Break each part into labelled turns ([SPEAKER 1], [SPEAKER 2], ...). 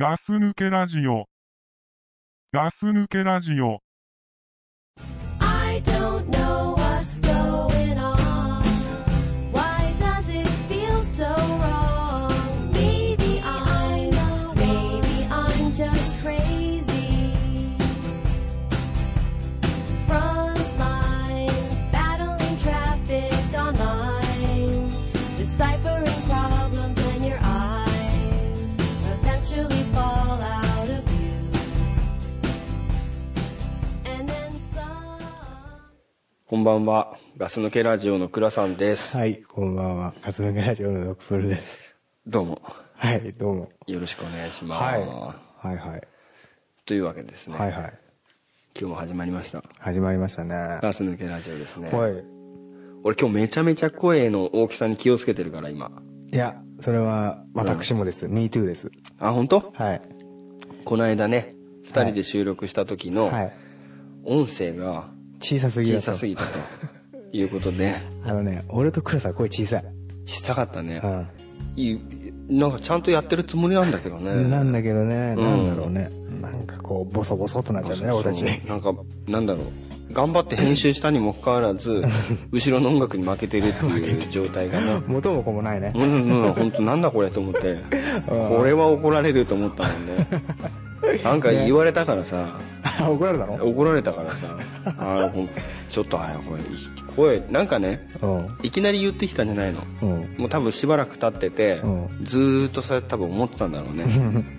[SPEAKER 1] ガス抜けラジオ。ガス抜けラジオ。
[SPEAKER 2] I don't know what's going on. Why does it feel so wrong? Maybe I'm maybe I'm just crazy. Front lines, battling traffic online, deciphering problems in your eyes, eventually fall out of view. And then some.
[SPEAKER 3] こんばんは。ガス抜けラジオの倉さんです。
[SPEAKER 4] はい、こんばんは。カズノゲラジオのドクプルです。
[SPEAKER 3] どうも。
[SPEAKER 4] はい、どうも。
[SPEAKER 3] よろしくお願いします。
[SPEAKER 4] はい。はいはい。
[SPEAKER 3] というわけですね、
[SPEAKER 4] はいはい。
[SPEAKER 3] 今日も始まりました。
[SPEAKER 4] 始まりましたね。は
[SPEAKER 3] ガス抜けラジオですね。
[SPEAKER 4] い。
[SPEAKER 3] 俺今日めちゃめちゃ声の大きさに気をつけてるから今。
[SPEAKER 4] いや、それは私もです。MeToo、です。
[SPEAKER 3] あ、本当？
[SPEAKER 4] はい。
[SPEAKER 3] この間ね、二人で収録した時の
[SPEAKER 4] はい。
[SPEAKER 3] 音声が
[SPEAKER 4] 小さすぎだ
[SPEAKER 3] 小
[SPEAKER 4] と
[SPEAKER 3] さすぎたということで、
[SPEAKER 4] あのね、俺とクラさん声小さい。
[SPEAKER 3] 小さかったね
[SPEAKER 4] う。ん。
[SPEAKER 3] いいなんかちゃんとやってるつもりなんだけどね。
[SPEAKER 4] なんだけどね、
[SPEAKER 3] うん
[SPEAKER 4] なんだろうね。なんかこう、ボソボソっとなっちゃうね、俺たち。
[SPEAKER 3] そうなんか、なんだろう。頑張って編集したにもかかわらず、後ろの音楽に負けてるっていう状態がね。
[SPEAKER 4] 元も子もないね
[SPEAKER 3] う。んうんうん、本当なんだこれと思って、これは怒られると思ったもんね。なんか言われたからさ、
[SPEAKER 4] あ 怒られたの
[SPEAKER 3] 怒られたからさ、あーほんちょっとあれ、これ、声、なんかね、
[SPEAKER 4] うん。
[SPEAKER 3] いきなり言ってきたんじゃないの。
[SPEAKER 4] うん。
[SPEAKER 3] もう多分しばらく経ってて、
[SPEAKER 4] うん
[SPEAKER 3] ずーっとそれ多分思ってたんだろうね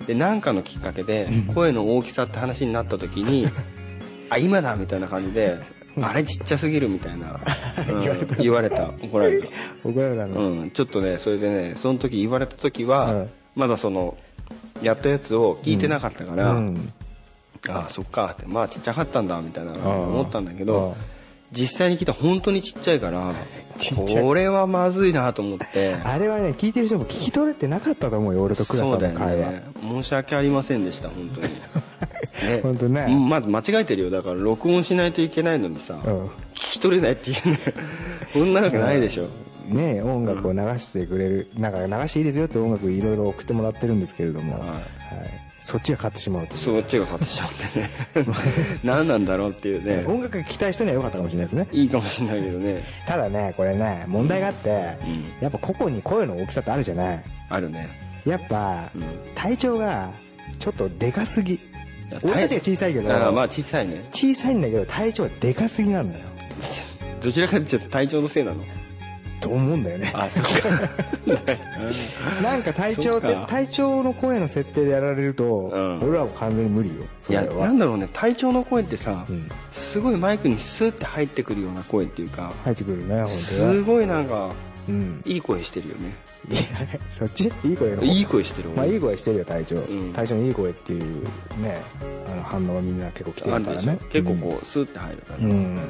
[SPEAKER 3] で何かのきっかけで声の大きさって話になった時 にあ今だみたいな感じであれちっちゃすぎるみたい な、うん言われた怒られた、
[SPEAKER 4] 怒られたの。
[SPEAKER 3] うん、ちょっとねそれでねその時言われた時は、
[SPEAKER 4] うん
[SPEAKER 3] まだそのやったやつを聞いてなかったから、
[SPEAKER 4] うん。
[SPEAKER 3] ああそっかってまあちっちゃかったんだみたいな思ったんだけ
[SPEAKER 4] うん
[SPEAKER 3] ど実際に聞いたら本当にちっちゃいから
[SPEAKER 4] ちっちゃい
[SPEAKER 3] これはまずいなと思って
[SPEAKER 4] あれはね、聞いてる人も聞き取れてなかったと思うよ、俺とクラさん
[SPEAKER 3] そ
[SPEAKER 4] の
[SPEAKER 3] うだよ
[SPEAKER 4] 会話。
[SPEAKER 3] ね申し訳ありませんでした本 当にね
[SPEAKER 4] 本当ね
[SPEAKER 3] うんまず間違えてるよだから録音しないといけないのにさ、
[SPEAKER 4] うん
[SPEAKER 3] 聞き取れないっていうね そんなわけないでしょ、
[SPEAKER 4] ねえ音楽を流してくれる、なんか流していいですよって音楽いろいろ送ってもらってるんですけれど
[SPEAKER 3] は
[SPEAKER 4] も、
[SPEAKER 3] い
[SPEAKER 4] はいそっちが買ってしまうと
[SPEAKER 3] そっちが立ってしまって ね何なんだろうっていうね
[SPEAKER 4] 音楽が聞きたい人には良かったかもしれないですね
[SPEAKER 3] いいかもしれないけどね
[SPEAKER 4] ただねこれね問題があって、
[SPEAKER 3] うん
[SPEAKER 4] やっぱ個々に声の大きさってあるじゃない
[SPEAKER 3] あるね
[SPEAKER 4] やっぱ、
[SPEAKER 3] うん
[SPEAKER 4] 体調がちょっとでかすぎ
[SPEAKER 3] いや
[SPEAKER 4] 俺たちが小さいけど
[SPEAKER 3] ああまあ小さいね
[SPEAKER 4] 小さいんだけど体調はでかすぎなんだよ
[SPEAKER 3] どちらかというと体調のせいなの
[SPEAKER 4] と思うんだよね
[SPEAKER 3] あそっ か
[SPEAKER 4] なんか体
[SPEAKER 3] そ
[SPEAKER 4] 調
[SPEAKER 3] っか
[SPEAKER 4] 体調の声の設定でやられると、
[SPEAKER 3] ん
[SPEAKER 4] 俺らも完全に無理よそ
[SPEAKER 3] い
[SPEAKER 4] れ
[SPEAKER 3] や
[SPEAKER 4] は
[SPEAKER 3] なんだろうね体調の声ってさ、
[SPEAKER 4] うん
[SPEAKER 3] すごいマイクにスーって入ってくるような声っていうか
[SPEAKER 4] 入ってくるね本当
[SPEAKER 3] す
[SPEAKER 4] は
[SPEAKER 3] ごいなんか
[SPEAKER 4] うん
[SPEAKER 3] いい声してるよね
[SPEAKER 4] いやそっちいい声の方
[SPEAKER 3] いい声してる
[SPEAKER 4] まあいい声してるよ隊長、
[SPEAKER 3] ん
[SPEAKER 4] 隊長のいい声っていうねあの反応はみんな結構来て
[SPEAKER 3] ある
[SPEAKER 4] るから
[SPEAKER 3] でしょ
[SPEAKER 4] ね
[SPEAKER 3] 結構こうスーって入るから
[SPEAKER 4] うん、
[SPEAKER 3] ね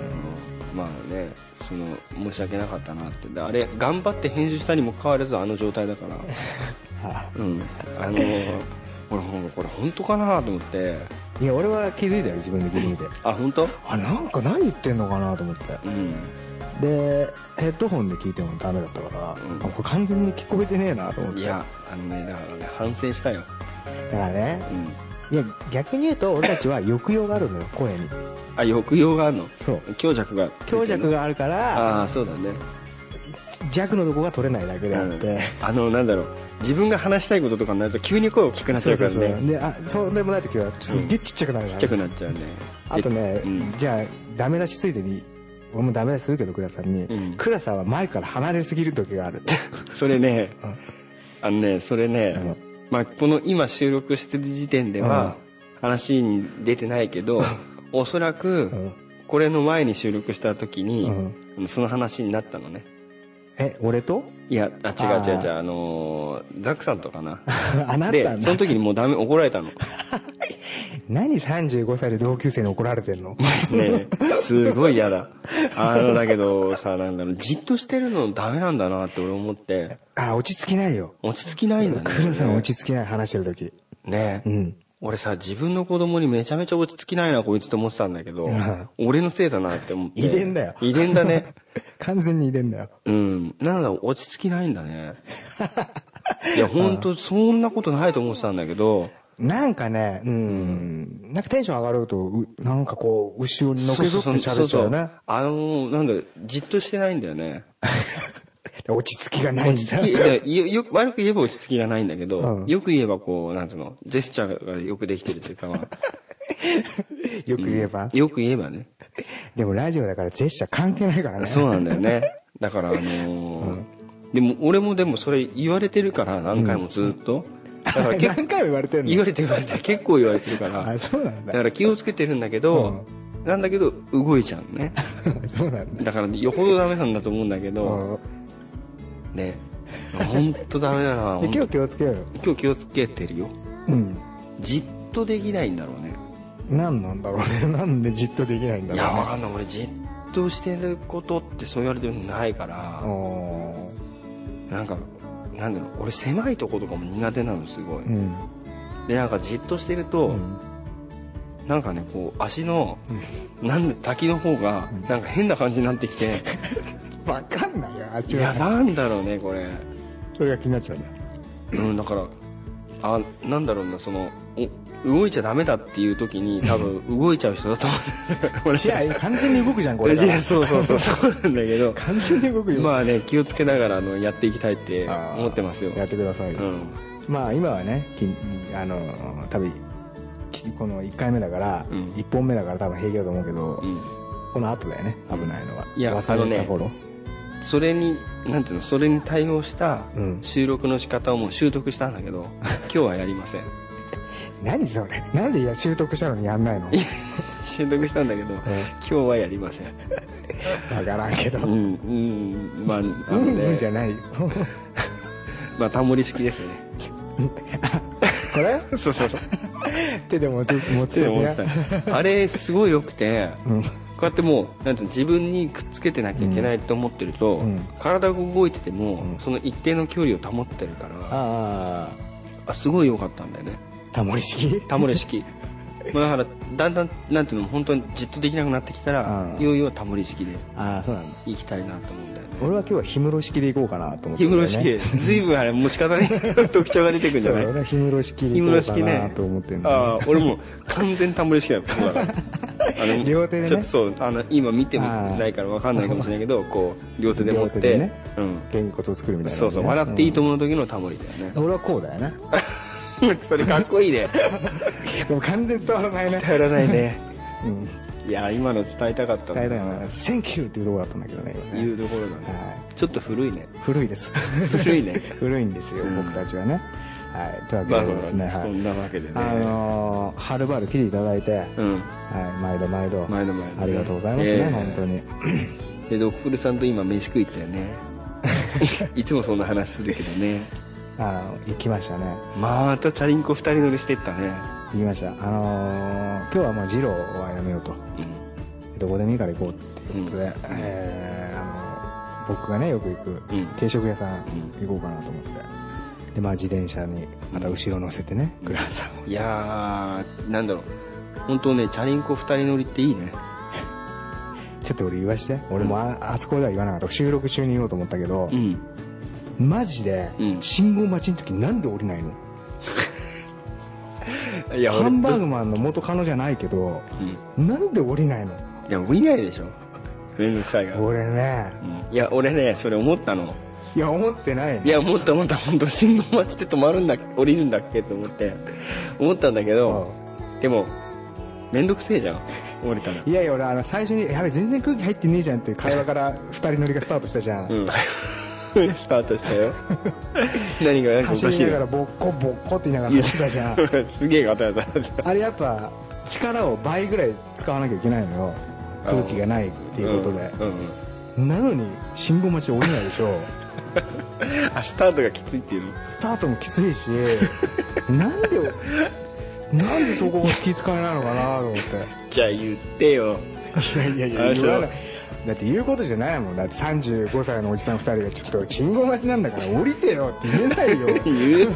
[SPEAKER 4] うん
[SPEAKER 3] まあねその申し訳なかったなってであれ頑張って編集したにもかかわらずあの状態だ から
[SPEAKER 4] あ
[SPEAKER 3] うんあのこれほんこれ本当かなと思って
[SPEAKER 4] いや俺は気づいたよ自分で聞いてみて
[SPEAKER 3] あ本当
[SPEAKER 4] あなんか何言ってんのかなと思って
[SPEAKER 3] うん
[SPEAKER 4] でヘッドホンで聞いてもダメだったから、
[SPEAKER 3] うん
[SPEAKER 4] あこれ完全に聞こえてねえなと思って
[SPEAKER 3] いやあのねだからね反省したよ
[SPEAKER 4] だからね
[SPEAKER 3] うん
[SPEAKER 4] いや逆に言うと俺たちは抑揚があるのよ声に
[SPEAKER 3] あ抑揚があるの
[SPEAKER 4] そう
[SPEAKER 3] 強弱が
[SPEAKER 4] 強弱があるから
[SPEAKER 3] ああーそうだね
[SPEAKER 4] 弱のとこが取れないだけであって、
[SPEAKER 3] うんあのなんだろう自分が話したいこととかになると急に声大きくなっちゃうからね
[SPEAKER 4] であそうでもない時はすっげえちっちゃくなるから
[SPEAKER 3] ちっちゃくなっちゃうね
[SPEAKER 4] あとね、
[SPEAKER 3] うん
[SPEAKER 4] じゃあダメ出しついでに俺もダメ出しするけど倉さんに、
[SPEAKER 3] うん
[SPEAKER 4] 倉さんは前から離れすぎる時がある
[SPEAKER 3] それね
[SPEAKER 4] うん
[SPEAKER 3] あのねそれね、
[SPEAKER 4] うん
[SPEAKER 3] まあ、この今収録してる時点では話に出てないけど、おそらく
[SPEAKER 4] ん
[SPEAKER 3] これの前に収録した時に、
[SPEAKER 4] う
[SPEAKER 3] その話になったのね
[SPEAKER 4] え 俺と
[SPEAKER 3] いやあ違う
[SPEAKER 4] あー
[SPEAKER 3] 違う違うあのーザックさんとかな
[SPEAKER 4] あ なた
[SPEAKER 3] で
[SPEAKER 4] な
[SPEAKER 3] その時にもうダメ怒られたのね
[SPEAKER 4] 何35歳で同級生に怒られてんの
[SPEAKER 3] えすごい嫌だあのだけどさなんだろうじっとしてるのダメなんだなって俺思って
[SPEAKER 4] あ落ち着きないよ
[SPEAKER 3] 落ち着きないんだね
[SPEAKER 4] 倉さん落ち着きない話してる時
[SPEAKER 3] ねえ、
[SPEAKER 4] うん
[SPEAKER 3] 俺さ自分の子供にめちゃめちゃ落ち着きないなこいつと思ってたんだけど
[SPEAKER 4] うん
[SPEAKER 3] 俺のせいだなって思って
[SPEAKER 4] 遺伝だよ
[SPEAKER 3] 遺伝だね
[SPEAKER 4] 完全に遺伝だよ
[SPEAKER 3] うんなんだ 落ち着きないんだねいや本当そんなことないと思ってたんだけど
[SPEAKER 4] なんかね、うん、なんかテンション上がると、うなんかこう、後ろにのけぞって喋っちゃうよね。
[SPEAKER 3] あのーなんだ、じっとしてないんだよね。
[SPEAKER 4] 落ち着きがないんだ。
[SPEAKER 3] いやよよ悪く言えば落ち着きがないんだけど、
[SPEAKER 4] うん
[SPEAKER 3] よく言えばこう、なんつうの、ジェスチャーがよくできてるというかまあ、
[SPEAKER 4] よく言えば。
[SPEAKER 3] よく言えばね。
[SPEAKER 4] でもラジオだからジェスチャー関係ないからね。
[SPEAKER 3] そうなんだよね。だからあのーでも俺もでもそれ言われてるから何回もずっと。だから結
[SPEAKER 4] 何回も言われてんの
[SPEAKER 3] 言われてる言われてる結構言われてるから
[SPEAKER 4] あ、。そうなん
[SPEAKER 3] だ
[SPEAKER 4] だ
[SPEAKER 3] か。ら気をつけてるんだけど、なんだけど動いちゃうのね。
[SPEAKER 4] そうなんだ。
[SPEAKER 3] だからよほどダメなんだと思うんだけど、ね。本当ダメだな。
[SPEAKER 4] うんで
[SPEAKER 3] 本
[SPEAKER 4] 今日気をつけようよ。
[SPEAKER 3] 当今日気をつけてるよ。
[SPEAKER 4] うん。
[SPEAKER 3] じっとできないんだろうね。
[SPEAKER 4] 何なんだろうね。 なんでじっとできないんだ
[SPEAKER 3] いや、わ
[SPEAKER 4] ろ
[SPEAKER 3] かんない。俺、じっとしてることってそう言われてもないから
[SPEAKER 4] うね。、お
[SPEAKER 3] なんか、なんだろう、俺、狭いとことかも苦手なの、すごい
[SPEAKER 4] ーう。ん。
[SPEAKER 3] で、なんか、じっとしてる
[SPEAKER 4] う
[SPEAKER 3] と、
[SPEAKER 4] ん
[SPEAKER 3] なんかね、こう、足の、なんで先の方が、なんか変な感じになってきて、
[SPEAKER 4] わかんないよ、あっ
[SPEAKER 3] い
[SPEAKER 4] ち
[SPEAKER 3] や、
[SPEAKER 4] は。
[SPEAKER 3] なんだろうね、これ。
[SPEAKER 4] それが気になっちゃうね。
[SPEAKER 3] うん、だから、あ、なんだろうな、その、お動いちゃダメだっていう時に、多分、動いちゃう人だと思う。 俺、
[SPEAKER 4] いや、完全に動くじゃん、これ。
[SPEAKER 3] いやそうそう そう、そうなんだけど、
[SPEAKER 4] 完全に動くよ。
[SPEAKER 3] まあね、気をつけながらあのやっていきたいって
[SPEAKER 4] あー
[SPEAKER 3] 思ってますよ。
[SPEAKER 4] やってくださいよ。
[SPEAKER 3] うん。
[SPEAKER 4] まあ今はね、きあの、多分、きこの1回目だから、
[SPEAKER 3] うん
[SPEAKER 4] 一1本目だから多分平気だと思うけど、
[SPEAKER 3] うん。
[SPEAKER 4] この後だよね、危ないのは。
[SPEAKER 3] いや
[SPEAKER 4] 忘れた頃。
[SPEAKER 3] それに、なんていうの、それに対応した
[SPEAKER 4] うん
[SPEAKER 3] 収録の仕方をもう習得したんだけ ど、今日はやりません。
[SPEAKER 4] 何それなんでいや習得したのにやんないのわ
[SPEAKER 3] 習得したんだけど、今日はやりません。
[SPEAKER 4] からんけど。
[SPEAKER 3] う
[SPEAKER 4] うん、
[SPEAKER 3] ん、うん、まあ、あ
[SPEAKER 4] う
[SPEAKER 3] の
[SPEAKER 4] ん、
[SPEAKER 3] ね、
[SPEAKER 4] じ ゃないよ。
[SPEAKER 3] まあ、タモリ式ですよね。
[SPEAKER 4] これ
[SPEAKER 3] そうそうそう。
[SPEAKER 4] 手で持つ、持つ
[SPEAKER 3] 手で
[SPEAKER 4] よ
[SPEAKER 3] 持
[SPEAKER 4] ね
[SPEAKER 3] っ。た。あれ、すごい良くて、
[SPEAKER 4] うん
[SPEAKER 3] こうやってもうなんていうの自分にくっつけてなきゃいけないと思ってると、
[SPEAKER 4] うん
[SPEAKER 3] 体が動いてても、
[SPEAKER 4] うん
[SPEAKER 3] その一定の距離を保ってるから
[SPEAKER 4] ああ、
[SPEAKER 3] あすごい良かったんだよね
[SPEAKER 4] タモリ式
[SPEAKER 3] タモリ 式もうだからだんだんなんていうの本当にじっとできなくなってきたら、
[SPEAKER 4] うん
[SPEAKER 3] いよいよタモリ式で
[SPEAKER 4] ああ、そうなんだ。
[SPEAKER 3] いきたいなと思うんだよね
[SPEAKER 4] 俺は今日は氷室式で行こうかなと思って
[SPEAKER 3] 氷
[SPEAKER 4] んだよね、
[SPEAKER 3] 室式ずいぶんあれもう仕方ない 特徴が出てくるんじ
[SPEAKER 4] そ
[SPEAKER 3] ゃ
[SPEAKER 4] う
[SPEAKER 3] ない
[SPEAKER 4] 俺は氷室式
[SPEAKER 3] 氷
[SPEAKER 4] で行こ
[SPEAKER 3] 室
[SPEAKER 4] うか
[SPEAKER 3] 式
[SPEAKER 4] な
[SPEAKER 3] ね
[SPEAKER 4] と思ってんだ
[SPEAKER 3] あ
[SPEAKER 4] よね
[SPEAKER 3] あ俺もう完全タモリ式だよここだ からあの
[SPEAKER 4] 両手でね
[SPEAKER 3] ちょっとそうあの今見てみないから分かんないかもしれないけどこう両手で持っ
[SPEAKER 4] 両手
[SPEAKER 3] て、
[SPEAKER 4] でね
[SPEAKER 3] うん
[SPEAKER 4] 原骨を作るみたいなね、
[SPEAKER 3] そうそう、笑っていいと
[SPEAKER 4] 思
[SPEAKER 3] 思う時のタモリだよね
[SPEAKER 4] う。ん、俺はこうだよな
[SPEAKER 3] それかっこいいね。
[SPEAKER 4] でも完全に伝わら ないね
[SPEAKER 3] らない ね。
[SPEAKER 4] うん
[SPEAKER 3] いや、今の伝えたかったんだ
[SPEAKER 4] 伝えたいな「センキュー」っていうとこだったんだけどね今
[SPEAKER 3] 言う
[SPEAKER 4] ね
[SPEAKER 3] ところだね。
[SPEAKER 4] は
[SPEAKER 3] ちょっと古い ね。
[SPEAKER 4] い、古いです
[SPEAKER 3] 古いね。
[SPEAKER 4] 古いんですよ、
[SPEAKER 3] うん
[SPEAKER 4] 僕たちはねはいという
[SPEAKER 3] ま
[SPEAKER 4] わ
[SPEAKER 3] あ
[SPEAKER 4] けで
[SPEAKER 3] ま
[SPEAKER 4] で
[SPEAKER 3] あ、
[SPEAKER 4] すね、は
[SPEAKER 3] そ
[SPEAKER 4] い
[SPEAKER 3] んなわけでね。
[SPEAKER 4] あのーはるばる来ていただいて、
[SPEAKER 3] うん。
[SPEAKER 4] はい、毎度毎度
[SPEAKER 3] 前の前のね
[SPEAKER 4] ありがとうございますね、
[SPEAKER 3] ええ
[SPEAKER 4] 本当に
[SPEAKER 3] で、ドッフルさんと今飯食い行ったよ ね。いつもそんな話するけどね。
[SPEAKER 4] あの行きましたね
[SPEAKER 3] またチャリンコ二人乗りしてったね。
[SPEAKER 4] 行きましたあのー今日はもう二郎はやめようとどこでもいいから行こうっていうことで、えーあの僕がねよく行く
[SPEAKER 3] うん
[SPEAKER 4] 定食屋さん
[SPEAKER 3] う
[SPEAKER 4] 行こうかなと思って、でまあ自転車にまた後ろ乗せてね、グラさんを
[SPEAKER 3] うん。いやー、なんだろう。本当ね、チャリンコ二人乗りっていいね。
[SPEAKER 4] ちょっと俺言わして俺もあ,、あそこでは言わなかった収録中に言おうと思ったけど
[SPEAKER 3] う、ん。
[SPEAKER 4] マジで
[SPEAKER 3] うん
[SPEAKER 4] 信号待ちの時なんで降りないの、
[SPEAKER 3] いや
[SPEAKER 4] ハンバーグマンの元カノじゃないけど
[SPEAKER 3] うん。
[SPEAKER 4] なんで降りないの
[SPEAKER 3] いや、降りないでしょ。めんどくさいから。
[SPEAKER 4] 俺ね
[SPEAKER 3] いや、俺ね、それ思ったの。
[SPEAKER 4] いや思ってないの
[SPEAKER 3] いや、思った思った、本当信号待ちって止まるんだっけ、降りるんだっけと思って、思ったんだけど、でも、めんどくせえじゃん、降りたら
[SPEAKER 4] い。やいや俺あの最初に「やべ全然空気入ってねえじゃん」っていう会話から2人乗りがスタートしたじゃん、
[SPEAKER 3] うん。 スタートしたよ。 何が、なんかお
[SPEAKER 4] 走
[SPEAKER 3] かしい
[SPEAKER 4] りなが
[SPEAKER 3] よ
[SPEAKER 4] ら。ボッコボッコって言いながら走ってたじゃ ん
[SPEAKER 3] すげえガタガタだった。
[SPEAKER 4] あれやっぱ力を倍ぐらい使わなきゃいけないのよ空気がないっていうことで、
[SPEAKER 3] うん。うん
[SPEAKER 4] なのに信号待ちで降りないでしょ
[SPEAKER 3] あ、スタートがきついっていうの
[SPEAKER 4] スタートもきつ いしなんでなんでそこが気遣いなのかなと思って
[SPEAKER 3] じゃあ言ってよ。
[SPEAKER 4] いやいやい
[SPEAKER 3] あ
[SPEAKER 4] や
[SPEAKER 3] そう
[SPEAKER 4] 言わないだって言うことじゃないもんだって35歳のおじさん2人がちょっと信号待ちなんだから降りてよって言えな いよ
[SPEAKER 3] 言うよ。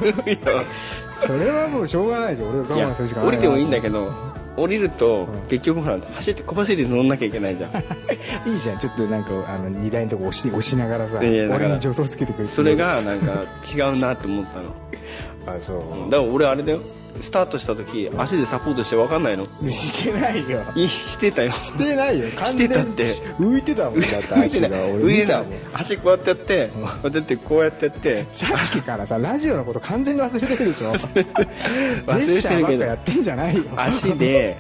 [SPEAKER 4] それはもうしょうがないでしょ俺が
[SPEAKER 3] い
[SPEAKER 4] 我
[SPEAKER 3] や
[SPEAKER 4] 慢するしかない
[SPEAKER 3] 降りてもいいんだ
[SPEAKER 4] け
[SPEAKER 3] けど、降りると、結局ほら、走って、小走りで乗んなきゃいけ ないじゃん。
[SPEAKER 4] いいじゃんちょっとなんかあの荷台のとこ押し押しながらさ
[SPEAKER 3] いやいやだから
[SPEAKER 4] 俺に助走つけてくれて
[SPEAKER 3] それがなんか違うなって思ったの
[SPEAKER 4] あそう
[SPEAKER 3] だから俺あれだよスタートした時足でサポートして分かんないの
[SPEAKER 4] してないよ
[SPEAKER 3] い してたよ
[SPEAKER 4] してないよ完
[SPEAKER 3] してた
[SPEAKER 4] 全
[SPEAKER 3] っ
[SPEAKER 4] に
[SPEAKER 3] て
[SPEAKER 4] 浮いてたも んだって足が俺
[SPEAKER 3] 上
[SPEAKER 4] 見た
[SPEAKER 3] だ
[SPEAKER 4] もん
[SPEAKER 3] 足こうやってやって
[SPEAKER 4] うん
[SPEAKER 3] こうやってやってこうやってやって
[SPEAKER 4] さっきからさラジオのこと完全に忘れてる でしょジェスチャーばっかやってんじゃないよ
[SPEAKER 3] 足で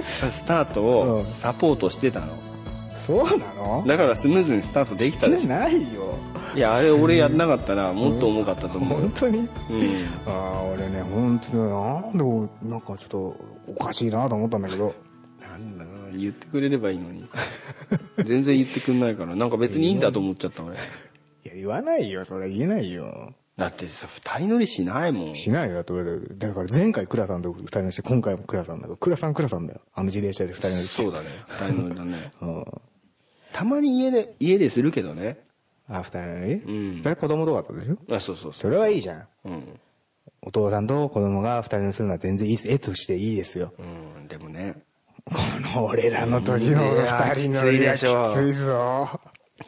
[SPEAKER 3] さスタートを
[SPEAKER 4] うん
[SPEAKER 3] サポートしてたの
[SPEAKER 4] そうなの
[SPEAKER 3] だからスムーズにスタートできたで
[SPEAKER 4] し
[SPEAKER 3] して
[SPEAKER 4] ないよ
[SPEAKER 3] ょいやあれ俺やんなかったらもっと重かったと思うよ
[SPEAKER 4] 本当に
[SPEAKER 3] うん
[SPEAKER 4] ああ俺ね本当になんで俺なんかちょっとおかしいなと思ったんだけど
[SPEAKER 3] なんだな言ってくれればいいのに全然言ってくんないからなんか別にいいんだと思っちゃった俺
[SPEAKER 4] いや言わないよそれ言えないよ
[SPEAKER 3] だってさ二人乗りしないもん
[SPEAKER 4] しないよだって俺だから前回倉さんと二人乗りして今回も倉さんだから倉さん倉さんだよあの自転車で二人乗りして
[SPEAKER 3] そうだね二人乗りだね
[SPEAKER 4] うん
[SPEAKER 3] たまに家で家でするけどね
[SPEAKER 4] あ、二人乗り、
[SPEAKER 3] うん
[SPEAKER 4] それ子供とかだったでしょ
[SPEAKER 3] あそうそうそ
[SPEAKER 4] そうれはいいじゃん。
[SPEAKER 3] うん、
[SPEAKER 4] お父さんと子供が二人乗りするのは全然いいです。絵としていいですよ。
[SPEAKER 3] うん、でもね
[SPEAKER 4] この俺らの年の二人乗りはきついぞ。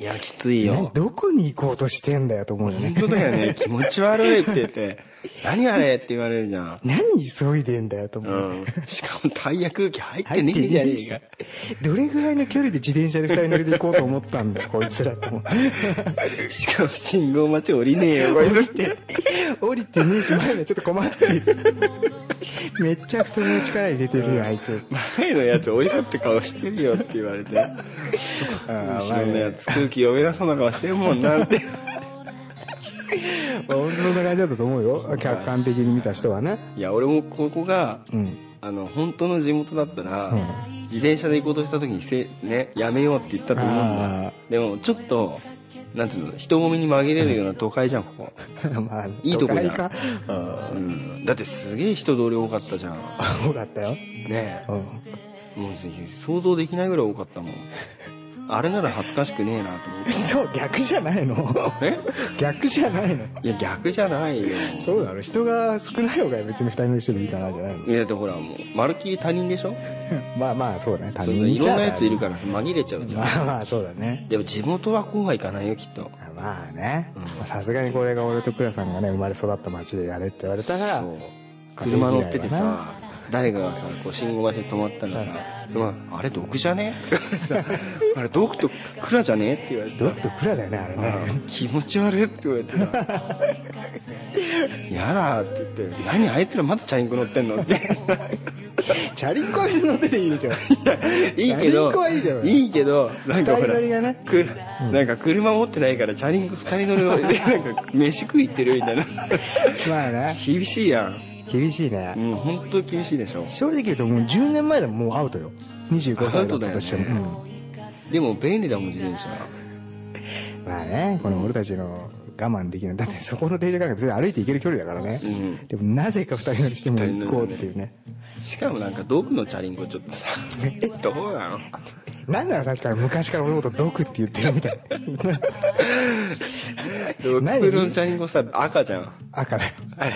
[SPEAKER 3] いやきつい
[SPEAKER 4] ね
[SPEAKER 3] よ
[SPEAKER 4] どこに行こうとしてんだよと思うよ
[SPEAKER 3] 本
[SPEAKER 4] ね。
[SPEAKER 3] 当だよね 気持ち悪いって言って「何あれ?」って言われるじゃん
[SPEAKER 4] 何急いでんだよと思う
[SPEAKER 3] う
[SPEAKER 4] よね。
[SPEAKER 3] んしかもタイヤ空気入って
[SPEAKER 4] 入
[SPEAKER 3] ね
[SPEAKER 4] って
[SPEAKER 3] えじゃね
[SPEAKER 4] ねえし
[SPEAKER 3] えか
[SPEAKER 4] どれぐらいの距離で自転車で二人乗りで行こうと思ったんだよ、こいつらと思う。
[SPEAKER 3] しかも信号待ち降りねえよこいつって
[SPEAKER 4] 降りてねえし、前がちょっと困ってる。めっちゃ太めの力入れてるよ、あいつ。
[SPEAKER 3] 前のやつ俺だって顔してるよって言われて
[SPEAKER 4] あー
[SPEAKER 3] 後ろのやつ空気読めなそうな顔してるもんなって
[SPEAKER 4] まあ本当そんな感じだったと思うよ客観的に見た人はね
[SPEAKER 3] いや俺もここが
[SPEAKER 4] うん
[SPEAKER 3] あの本当の地元だったら、
[SPEAKER 4] うん
[SPEAKER 3] 自転車で行こうとした時にせ、ね、やめようって言ったと思うん
[SPEAKER 4] あ
[SPEAKER 3] だでもちょっとなんていうの人混みに紛れるような都会じゃんここ、
[SPEAKER 4] まあ
[SPEAKER 3] いいとこだ
[SPEAKER 4] 都会か
[SPEAKER 3] うん、だってすげえ人通り多かったじゃん
[SPEAKER 4] 多かったよ
[SPEAKER 3] ね
[SPEAKER 4] うん
[SPEAKER 3] えもう想像できないぐらい多かったもんあれなら恥ずかしくねえなと思って
[SPEAKER 4] そう逆じゃないの
[SPEAKER 3] え
[SPEAKER 4] 逆じゃないの
[SPEAKER 3] いや逆じゃないよ
[SPEAKER 4] そうだろ人が少ない方が別に二人乗りしてもいいかなじゃないの
[SPEAKER 3] いやだってほらもうまるっきり他人でしょ
[SPEAKER 4] まあまあそうだね他
[SPEAKER 3] そ
[SPEAKER 4] 人
[SPEAKER 3] のいろんなやついる
[SPEAKER 4] か
[SPEAKER 3] から紛れちゃうじゃん
[SPEAKER 4] まあまあそうだね
[SPEAKER 3] でも地元はこうはいかないよきっと
[SPEAKER 4] まあね
[SPEAKER 3] うん
[SPEAKER 4] まあさすがにこれが俺と倉さんがね生まれ育った町でやれって言われたから
[SPEAKER 3] そう車乗っててさ誰かがさこう信号待ちで止まったらさ「まあ、あれ毒じゃね?」 って言われてさあれ毒とクラじゃね?」って言われて
[SPEAKER 4] ド
[SPEAKER 3] さ
[SPEAKER 4] クと倉だよねあれね
[SPEAKER 3] うん気持ち悪いって言われ てさ「やだ」って言って「何あいつらまだチャリンコ乗ってんの?」って
[SPEAKER 4] チャリンコに乗ってていい でしょ
[SPEAKER 3] いいけど
[SPEAKER 4] チャリンコはいいだろ
[SPEAKER 3] いいけどなんかほ
[SPEAKER 4] 二
[SPEAKER 3] ら
[SPEAKER 4] 人乗りがね
[SPEAKER 3] くなんか車持ってないからチャリンコ2人乗り のなんか飯食い行ってるみたいな
[SPEAKER 4] まあね
[SPEAKER 3] 厳しいやん
[SPEAKER 4] 厳しいね
[SPEAKER 3] うん本当厳しいでしょ
[SPEAKER 4] 正直言うともう10年前でももうアウトよ25歳だったとしても、
[SPEAKER 3] アウトだよでも便利だもん自転車
[SPEAKER 4] うんまあねこの俺たちの我慢できないだってそこの停車から別に歩いて行ける距離だからね、
[SPEAKER 3] うん
[SPEAKER 4] でもなぜか2人乗りしても
[SPEAKER 3] 二人乗り
[SPEAKER 4] 行こうっていうね
[SPEAKER 3] しかもなんか毒のチャリンコちょっとさどうなの
[SPEAKER 4] なんならさっきから昔から俺のこと「毒」って言ってるみたいな
[SPEAKER 3] 毒
[SPEAKER 4] 何
[SPEAKER 3] のチャリンコさ赤じゃ ん
[SPEAKER 4] 赤だよ
[SPEAKER 3] あれ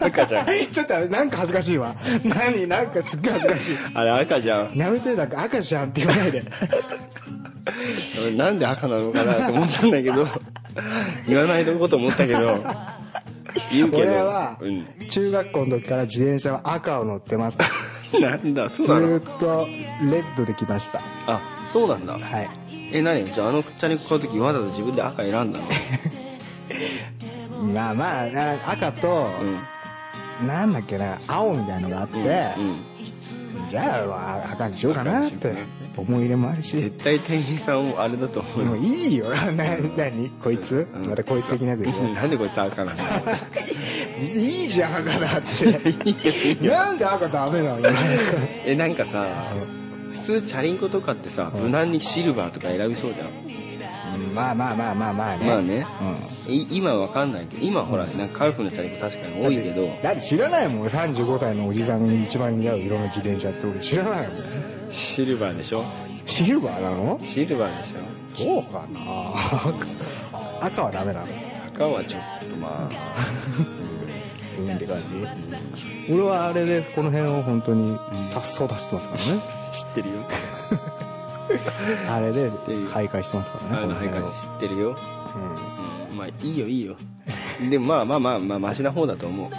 [SPEAKER 3] 赤じゃん
[SPEAKER 4] ちょっとあれなんか恥ずかしいわ何なんかすっげえ恥ずかし
[SPEAKER 3] あれ赤じゃん
[SPEAKER 4] いやめてなんか赤じゃんって言 わないで
[SPEAKER 3] 俺なんで赤なのかなと思ったんだけど言わないとこと思ったけど言うけど
[SPEAKER 4] 俺は
[SPEAKER 3] うん
[SPEAKER 4] 中学校の時から自転車は赤を乗ってます
[SPEAKER 3] なんだそ
[SPEAKER 4] ず
[SPEAKER 3] うな
[SPEAKER 4] ー
[SPEAKER 3] の
[SPEAKER 4] っとレッドで来ました
[SPEAKER 3] あそうなんだ
[SPEAKER 4] はい
[SPEAKER 3] え何じゃああのチャリンコ買う時わざと自分で赤選んだの
[SPEAKER 4] まあまあな赤と、なんだっけな青みたいのがあって、
[SPEAKER 3] うん、うん、
[SPEAKER 4] じゃあ、まあ赤にしようかなって思い入れもあるし
[SPEAKER 3] 絶対店員さんをあれだと思う
[SPEAKER 4] もう
[SPEAKER 3] よ
[SPEAKER 4] いいよ な何こいつ、
[SPEAKER 3] うん
[SPEAKER 4] またこいつ的なやつでしょ
[SPEAKER 3] なんでこいつ赤なの
[SPEAKER 4] 別にいいじゃん赤だ ってなんで赤ダメなの
[SPEAKER 3] えなんかさ普通チャリンコとかってさ無難にシルバーとか選びそうじゃん
[SPEAKER 4] まあまあまあまあまあね
[SPEAKER 3] まあねい今わかんないけど今ほらなんかカラフルなチャリンコ確かに多いけど
[SPEAKER 4] うんだって知らないもん35歳のおじさんに一番似合う色の自転車って俺知らないもん
[SPEAKER 3] シルバーでしょ
[SPEAKER 4] シルバーなの
[SPEAKER 3] シルバーでし
[SPEAKER 4] そうかな赤はダメなの
[SPEAKER 3] ょ赤はちょっとまあ
[SPEAKER 4] うんって感じ俺はあれでこの辺を本当にさっそう出してますからね
[SPEAKER 3] 知ってるよ
[SPEAKER 4] あれで
[SPEAKER 3] ってる
[SPEAKER 4] 徘徊してますからね
[SPEAKER 3] あの
[SPEAKER 4] こ辺
[SPEAKER 3] 配
[SPEAKER 4] を
[SPEAKER 3] 管知ってるよ
[SPEAKER 4] うん
[SPEAKER 3] うんまあいいよいいよでもまあまあまあまあマシな方だと思う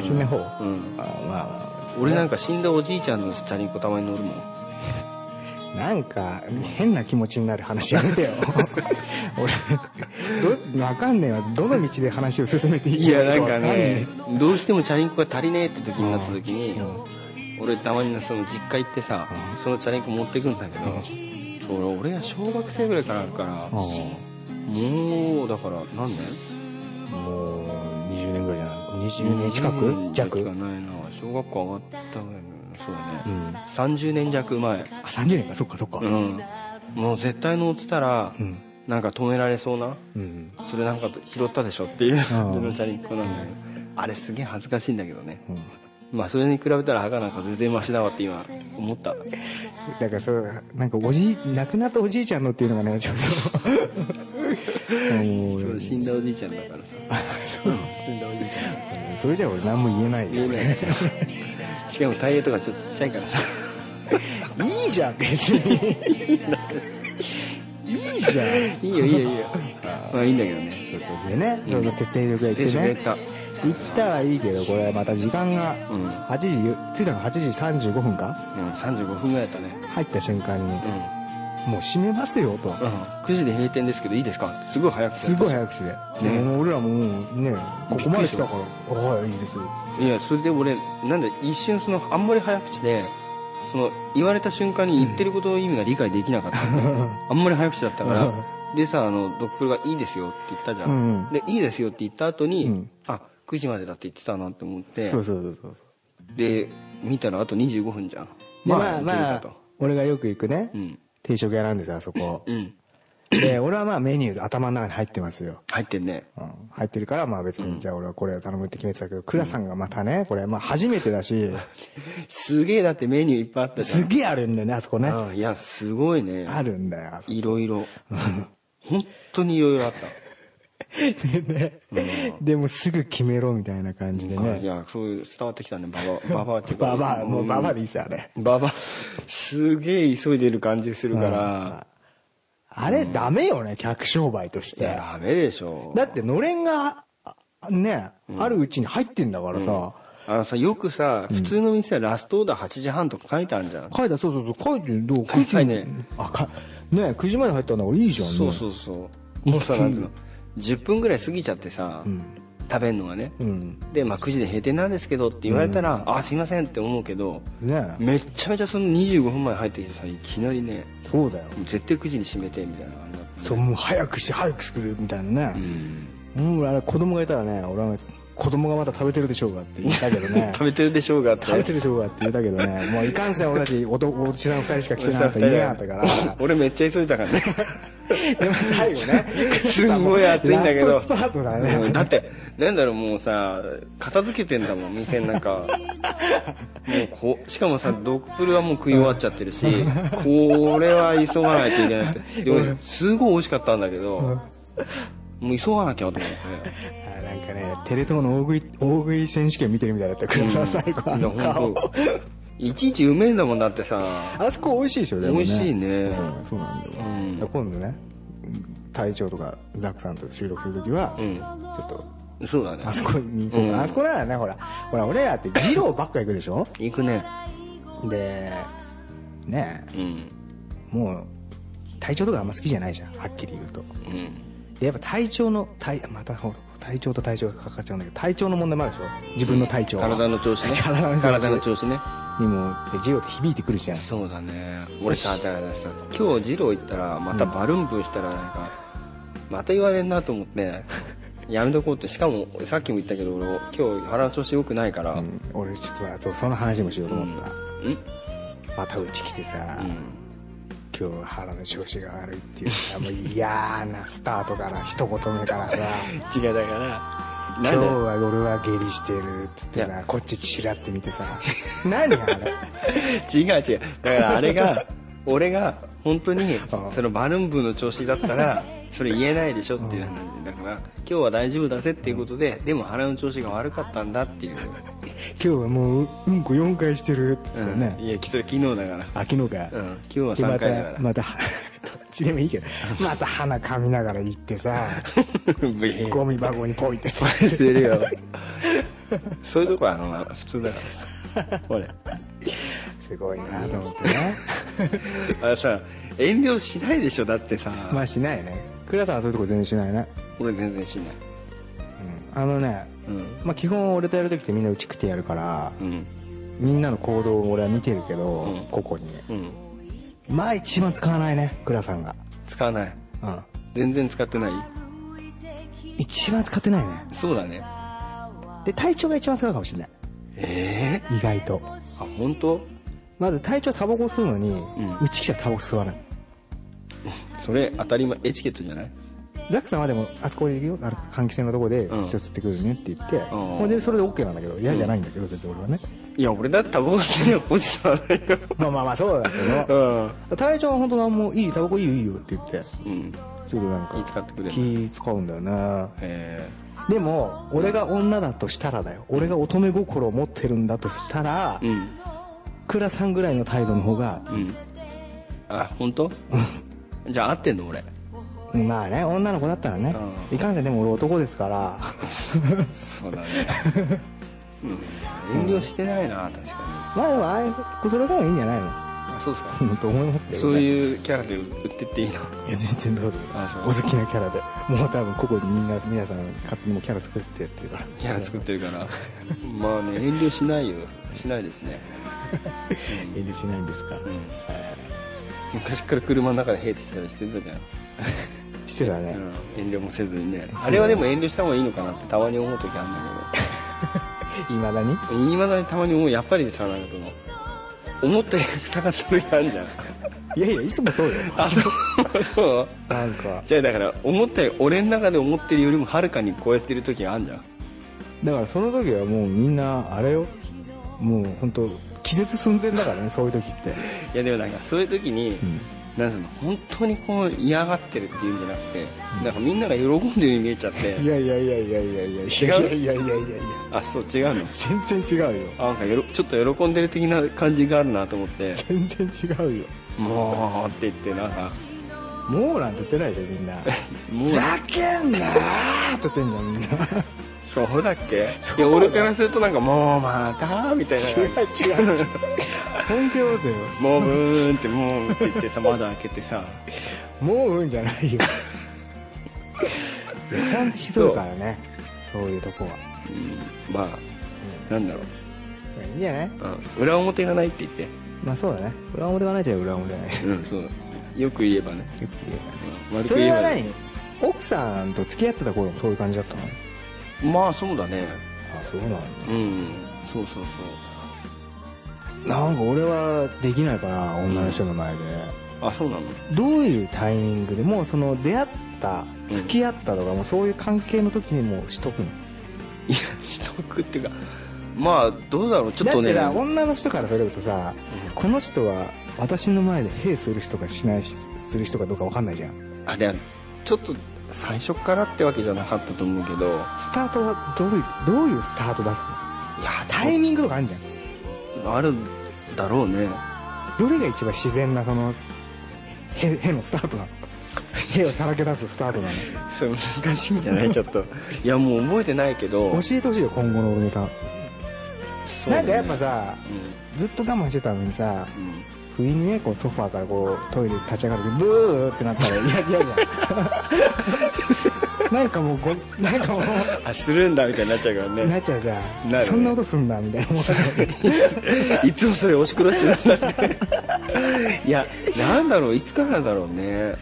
[SPEAKER 4] 真面目な方あ
[SPEAKER 3] うん
[SPEAKER 4] まあ
[SPEAKER 3] 俺なんか死んだおじいちゃんのチャリンコたまに乗るもん
[SPEAKER 4] なんか変な気持ちになる話やめ てよ俺ど分かんねえわどの道で話を進めてい
[SPEAKER 3] い
[SPEAKER 4] い
[SPEAKER 3] や
[SPEAKER 4] の
[SPEAKER 3] なん
[SPEAKER 4] わ
[SPEAKER 3] かねどうしてもチャリンコが足りねえって時になった時に
[SPEAKER 4] うん
[SPEAKER 3] 俺たまにその実家行ってさ
[SPEAKER 4] うん
[SPEAKER 3] そのチャリンコ持ってくんだけどそれ俺が小学生ぐらいからあるから
[SPEAKER 4] あ
[SPEAKER 3] もうだから何年
[SPEAKER 4] もう20年ぐらいじゃない20年近く
[SPEAKER 3] うん
[SPEAKER 4] 弱
[SPEAKER 3] 近くはないな小学校上がったぐらいのそうだ
[SPEAKER 4] う
[SPEAKER 3] ね
[SPEAKER 4] んあ
[SPEAKER 3] 30年弱前
[SPEAKER 4] 30年かそっかそっか
[SPEAKER 3] うんもう絶対乗ってたら
[SPEAKER 4] うん
[SPEAKER 3] なんか止められそうな
[SPEAKER 4] うん
[SPEAKER 3] それなんか拾ったでしょっていう感 じのチャリンコなんだけどあれすげえ恥ずかしいんだけどね
[SPEAKER 4] うん
[SPEAKER 3] まあそれに比べたら歯がなんか全然マシだわって今思った
[SPEAKER 4] だからそうなんかおじい亡くなったおじいちゃんのっていうのがねちょっ ともう
[SPEAKER 3] それ死んだおじいちゃんだからさ
[SPEAKER 4] そう
[SPEAKER 3] 死んだおじいちゃ
[SPEAKER 4] それじゃ俺何も言えない
[SPEAKER 3] ん言
[SPEAKER 4] よ
[SPEAKER 3] えないしかもタイヤとかちょっとちっちゃいからさ
[SPEAKER 4] いいじゃん別にいいじゃん
[SPEAKER 3] いいよいいよいいよまあいいんだけどね
[SPEAKER 4] そうそうでね、そうそう定食屋行って
[SPEAKER 3] 定食屋行
[SPEAKER 4] ね
[SPEAKER 3] った
[SPEAKER 4] 行ったはいいけどこれまた時間が
[SPEAKER 3] うん、うん、
[SPEAKER 4] 8時着いたのが8時35分か
[SPEAKER 3] 35分ぐらいだったね
[SPEAKER 4] 入った瞬間に
[SPEAKER 3] うん、
[SPEAKER 4] もう閉めますよと
[SPEAKER 3] うん、9時で閉店ですけどいいですかすごい早くて
[SPEAKER 4] すごい早口で、
[SPEAKER 3] ね
[SPEAKER 4] もう俺らももうねここまで来たから「はいいいです」
[SPEAKER 3] いやそれで俺なんだ一瞬そのあんまり早口でその言われた瞬間に言ってることの意味が理解できな かったんだよ、あんまり早口だったから、でさあのドックルが「いいですよ」って言ったじゃん、
[SPEAKER 4] うんうん
[SPEAKER 3] で「いいですよ」って言った後に、
[SPEAKER 4] うん
[SPEAKER 3] あ9時までだって言ってたなって思って
[SPEAKER 4] そうそうそうそう
[SPEAKER 3] で見たらあと25分じゃん
[SPEAKER 4] で
[SPEAKER 3] い
[SPEAKER 4] まあ
[SPEAKER 3] ける
[SPEAKER 4] ま
[SPEAKER 3] か
[SPEAKER 4] あ
[SPEAKER 3] と
[SPEAKER 4] 俺がよく行くね、
[SPEAKER 3] うん
[SPEAKER 4] 定食屋なんですよあそこ
[SPEAKER 3] うん
[SPEAKER 4] で俺はまあメニュー頭の中に入ってますよ、
[SPEAKER 3] 入ってんね
[SPEAKER 4] うん、入ってるからまあ別にじゃあ俺はこれを頼むって決めてたけど倉さんがまたねこれまあ初めてだ し
[SPEAKER 3] すげえだってメニューいっぱいあったじゃん
[SPEAKER 4] すげえあるんだよねあそこね
[SPEAKER 3] あいやすごいね
[SPEAKER 4] あるんだよあそこ
[SPEAKER 3] いろい ろ本当にいろいろあった
[SPEAKER 4] ねでもすぐ決めろみたいな感じで
[SPEAKER 3] い
[SPEAKER 4] ね
[SPEAKER 3] やそういう伝わってきたねバババ バっていうか
[SPEAKER 4] ババアもうババアで
[SPEAKER 3] ん
[SPEAKER 4] いいっすよあれ
[SPEAKER 3] ババすげえ急いでる感じするから、
[SPEAKER 4] あれダメよね客商売として
[SPEAKER 3] ダメでしょ
[SPEAKER 4] だってのれんがあねあるうちに入ってんだからさ
[SPEAKER 3] あのさよくさ普通の店はラストオーダー8時半とか書いてあるじゃん、
[SPEAKER 4] 書いたそうそうそう書いてるどう
[SPEAKER 3] 書い
[SPEAKER 4] 9
[SPEAKER 3] てない
[SPEAKER 4] 時
[SPEAKER 3] ね
[SPEAKER 4] あかね9時前に入ったんだからいいじゃんね
[SPEAKER 3] そうそうそうもうさなんていうの10分ぐらい過ぎちゃってさ、
[SPEAKER 4] ん
[SPEAKER 3] 食べんのがね、
[SPEAKER 4] うん
[SPEAKER 3] で、まあ、9時で閉店なんですけどって言われたら、あすいませんって思うけど
[SPEAKER 4] ね
[SPEAKER 3] めっちゃめちゃその25分前に入ってきてさいきなりね
[SPEAKER 4] そうだよ
[SPEAKER 3] もう絶対9時に閉めてみたいなのがあるな
[SPEAKER 4] そうもう早くして早く作るみたいな
[SPEAKER 3] う
[SPEAKER 4] ね
[SPEAKER 3] ん
[SPEAKER 4] もうあれ子供がいたらね俺は子供がまた食べてるでしょうかって言ったけど ね
[SPEAKER 3] 食べてるでしょうがって
[SPEAKER 4] 食べてる人がって言ったけど ね、もういかんせん俺たち男、おじさん二人しか来てなかった、言えなかったから。
[SPEAKER 3] 俺めっちゃ急いでたからね
[SPEAKER 4] でも最後ね、
[SPEAKER 3] すんごい暑いんだけど
[SPEAKER 4] ラストスパートだね。
[SPEAKER 3] うんだってなんだろうもうさ片付けてんだもん店の中もうこうしかもさドップルはもう食い終わっちゃってるしこれは急がないといけないってで俺すごい美味しかったんだけどもう急がなきゃと思って
[SPEAKER 4] あなんかね、テレ東の大食い、大食い選手権見てるみたいだったからさ、 最後あ
[SPEAKER 3] いや
[SPEAKER 4] の
[SPEAKER 3] 本
[SPEAKER 4] 顔。
[SPEAKER 3] 当いちいちうめえんだもんだってさ
[SPEAKER 4] あそこ美味しいでしょ、でも
[SPEAKER 3] 美味しいね
[SPEAKER 4] うんそうなんだよ。
[SPEAKER 3] うん
[SPEAKER 4] だから今度ね、隊長とかザックさんと収録するときは、
[SPEAKER 3] うん
[SPEAKER 4] ちょっと、
[SPEAKER 3] そうだね
[SPEAKER 4] あそこに行こうかな
[SPEAKER 3] うん
[SPEAKER 4] あそこならね、ほら、ほら、俺らって二郎ばっか行くでしょ
[SPEAKER 3] 行くね
[SPEAKER 4] で、ねえ
[SPEAKER 3] うん
[SPEAKER 4] もう体調とかあんま好きじゃないじゃんはっきり言うと
[SPEAKER 3] うん
[SPEAKER 4] でやっぱ体調の体またほら体調と体調がかかっちゃうんだけど体調の問題もあるでしょ自分の体調、
[SPEAKER 3] 体の調子ね
[SPEAKER 4] 体の調 子
[SPEAKER 3] 体の調子ね
[SPEAKER 4] にもでジロって響いてくるじゃん
[SPEAKER 3] そうだね俺さだからさ今日二郎行ったらまたバルーンブーしたらなんか、また言われんなと思 ってやめとこうってしかもさっきも言ったけど俺今日腹の調子良くないから、う
[SPEAKER 4] うんん俺ちょっとまあそうその話もしようと思った、
[SPEAKER 3] うん
[SPEAKER 4] またうち来てさ、今日腹の調子が悪いっていうさもう嫌なスタートから一言目からさ
[SPEAKER 3] 違うだからな
[SPEAKER 4] 今日
[SPEAKER 3] んだよ
[SPEAKER 4] は俺は下痢してるっつって
[SPEAKER 3] い
[SPEAKER 4] さこっちちらって見てさ何あれ
[SPEAKER 3] 違う違うだからあれが俺が本当に
[SPEAKER 4] ああ
[SPEAKER 3] そのバルーン部の調子だったらそれ言えないでしょっていう話だから今日は大丈夫だぜっていうことででも腹の調子が悪かったんだっていう、
[SPEAKER 4] 今日はもううんこ4回してるっつって
[SPEAKER 3] う
[SPEAKER 4] さ
[SPEAKER 3] ん
[SPEAKER 4] ね、
[SPEAKER 3] いやそれ昨日だから
[SPEAKER 4] あ昨日か、
[SPEAKER 3] うん今日は
[SPEAKER 4] で
[SPEAKER 3] 3回だから
[SPEAKER 4] またま たどっちでもいいけどまた鼻か みながら行ってさ
[SPEAKER 3] ブイーン
[SPEAKER 4] ゴミ箱にポイってさ
[SPEAKER 3] するよそういうとこはあの普通だからほれ
[SPEAKER 4] すごいなと思ってね
[SPEAKER 3] あれさ遠慮しないでしょだってさ、
[SPEAKER 4] まあしないね倉さんはそういうとこ全然しないね、
[SPEAKER 3] 俺全然しない
[SPEAKER 4] うん、あのね、
[SPEAKER 3] うん
[SPEAKER 4] まあ、基本俺とやる時ってみんなうち来てやるから、
[SPEAKER 3] うん
[SPEAKER 4] みんなの行動を俺は見てるけど、
[SPEAKER 3] うん
[SPEAKER 4] ここに
[SPEAKER 3] うん
[SPEAKER 4] まあ一番使わないね倉さんが
[SPEAKER 3] 使わない
[SPEAKER 4] うん
[SPEAKER 3] 全然使ってない
[SPEAKER 4] 一番使ってないね
[SPEAKER 3] そうだね
[SPEAKER 4] で体調が一番使うかもしれない
[SPEAKER 3] え
[SPEAKER 4] 意外と
[SPEAKER 3] えあ本当
[SPEAKER 4] まず体調タバコ吸うのに、
[SPEAKER 3] ん
[SPEAKER 4] うち来ちゃタバコ吸わない
[SPEAKER 3] それ当たり前エチケットじゃない
[SPEAKER 4] ザックさんはでもあそこで行くよあの換気扇のとこで
[SPEAKER 3] うん
[SPEAKER 4] 一つ吸ってくるねって言って、
[SPEAKER 3] ん
[SPEAKER 4] もう全然それで OK なんだけど嫌じゃないんだけど全然俺はね、
[SPEAKER 3] いや俺だってタバコ吸ってるよこっちさないよ
[SPEAKER 4] まあまあまあそうだけど体調は本当なんもいいタバコいいよいいよって言ってち
[SPEAKER 3] うんうん
[SPEAKER 4] ょっとなん
[SPEAKER 3] 気
[SPEAKER 4] か
[SPEAKER 3] 使ってくれる
[SPEAKER 4] 気使うんだよね
[SPEAKER 3] え
[SPEAKER 4] でも俺が女だとしたらだよ俺が乙女心を持ってるんだとしたら、
[SPEAKER 3] えうん
[SPEAKER 4] クラさんぐらいの態度の方が、
[SPEAKER 3] うんあ本当じゃあ合ってんの俺
[SPEAKER 4] まあね女の子だったらね、
[SPEAKER 3] うん
[SPEAKER 4] いかんせんでも俺男ですから
[SPEAKER 3] そうだね うん遠慮してないな確か
[SPEAKER 4] まあでもああいうそれからいいんじゃない
[SPEAKER 3] にあそうっすか
[SPEAKER 4] のと思いますけど、ね、
[SPEAKER 3] そういうキャラで売ってっていいの
[SPEAKER 4] いや全然どうぞ
[SPEAKER 3] あそう
[SPEAKER 4] お好きなキャラでもう多分ここにみんな皆さん勝手にもうキャラ作ってやってるから
[SPEAKER 3] キャラ作ってるから まあね遠慮しないよしないです ね、
[SPEAKER 4] 遠慮しないんですか、
[SPEAKER 3] うん
[SPEAKER 4] え
[SPEAKER 3] 昔から車の中でヘイトしたりしてたじゃん、
[SPEAKER 4] ーしてたね、
[SPEAKER 3] うん遠慮もせずにねあれはでも遠慮した方がいいのかなってたまに思う時あるんだ
[SPEAKER 4] いまだに
[SPEAKER 3] け どいまだにたまに思うやっぱりさなんかその思ったより下がった時あるじゃん
[SPEAKER 4] いやいやいつもそうよ
[SPEAKER 3] あそう そう
[SPEAKER 4] なんか
[SPEAKER 3] じゃあだから思ったより俺の中で思ってるよりもはるかに超えてる時があるじゃん
[SPEAKER 4] だからその時はもうみんなあれよもう本当気絶寸前だから ねそういう時って、
[SPEAKER 3] いやでもなんかそういう時に、
[SPEAKER 4] うん、
[SPEAKER 3] なんつうの本当にこう嫌がってるっていうんじゃなくて、なんかみんなが喜んでるように見えちゃって
[SPEAKER 4] いやいやいやいやいやいやいや
[SPEAKER 3] 違う
[SPEAKER 4] いやいやいやいや
[SPEAKER 3] あそう違うの
[SPEAKER 4] 全然違うよ
[SPEAKER 3] あなんかよろちょっと喜んでる的な感じがあるなと思 って
[SPEAKER 4] 全然違うよ
[SPEAKER 3] もうって言ってなんか
[SPEAKER 4] もうなんて言ってないでしょみんな
[SPEAKER 3] もう
[SPEAKER 4] ふざけんなーって言ってんじゃんみんな
[SPEAKER 3] そうだっけ
[SPEAKER 4] そう
[SPEAKER 3] い
[SPEAKER 4] だ
[SPEAKER 3] や
[SPEAKER 4] よ
[SPEAKER 3] 俺からするとなんかもうまたみたい
[SPEAKER 4] 違う
[SPEAKER 3] な
[SPEAKER 4] 違う違う本気のことよ
[SPEAKER 3] もうブーンってもうって言 ってさ窓開けてさ
[SPEAKER 4] もううんじゃない よいやちゃんとひどいからねそういうとこは、
[SPEAKER 3] うんまあなんだろう、
[SPEAKER 4] うん、いいんじゃない
[SPEAKER 3] うん、裏表がないって言って
[SPEAKER 4] まあそうだね裏表がないじゃ裏表がないよ
[SPEAKER 3] うんそうよく言えばね、
[SPEAKER 4] く言えばね
[SPEAKER 3] うん、悪
[SPEAKER 4] そ
[SPEAKER 3] く言
[SPEAKER 4] れ
[SPEAKER 3] えば
[SPEAKER 4] は何奥さんと付き合ってた頃もそういう感じだったのあ
[SPEAKER 3] まあそうだね
[SPEAKER 4] そうなんだ
[SPEAKER 3] うんそうそうそう
[SPEAKER 4] なんか俺はできないかな女の人の前で、
[SPEAKER 3] あそうなの
[SPEAKER 4] どういうタイミングでもうその出会った付き合ったとか、もうそういう関係の時にもうしとくの
[SPEAKER 3] いやしとくっていうかまあどうだろうちょっとね
[SPEAKER 4] だってさ女の人からそれるとさ、
[SPEAKER 3] うん
[SPEAKER 4] この人は私の前で「へい」する人かしないしする人かどうか分かんないじゃん
[SPEAKER 3] あれはちょっと最初からってわけじゃなかったと思うけどい
[SPEAKER 4] スタートはどういうどういうスタート出すの
[SPEAKER 3] や
[SPEAKER 4] タイミングとかあるじゃん
[SPEAKER 3] あるだろうね
[SPEAKER 4] どれが一番自然なその「へ」へのスター トなの「へ」をさらけ出すスタートなの
[SPEAKER 3] それ難しいんじゃないちょっといやもう覚えてないけど
[SPEAKER 4] 教えてほしいよ今後の俺の歌、
[SPEAKER 3] そう
[SPEAKER 4] な
[SPEAKER 3] だ
[SPEAKER 4] ん
[SPEAKER 3] ね
[SPEAKER 4] かやっぱさずっと我慢してたのにさ
[SPEAKER 3] うん、うん
[SPEAKER 4] 不意にねこうソファーからこうトイレ立ち上がってブーってなったら嫌嫌じ ゃんなんかもうこなんかもう
[SPEAKER 3] あするんだみたいになっちゃうから
[SPEAKER 4] なっ
[SPEAKER 3] ね
[SPEAKER 4] ちゃうじゃん、
[SPEAKER 3] なるね
[SPEAKER 4] そんな音すんだみたいな思う
[SPEAKER 3] いつもそれ押し殺してたんだっていやなんだろういつからだろうね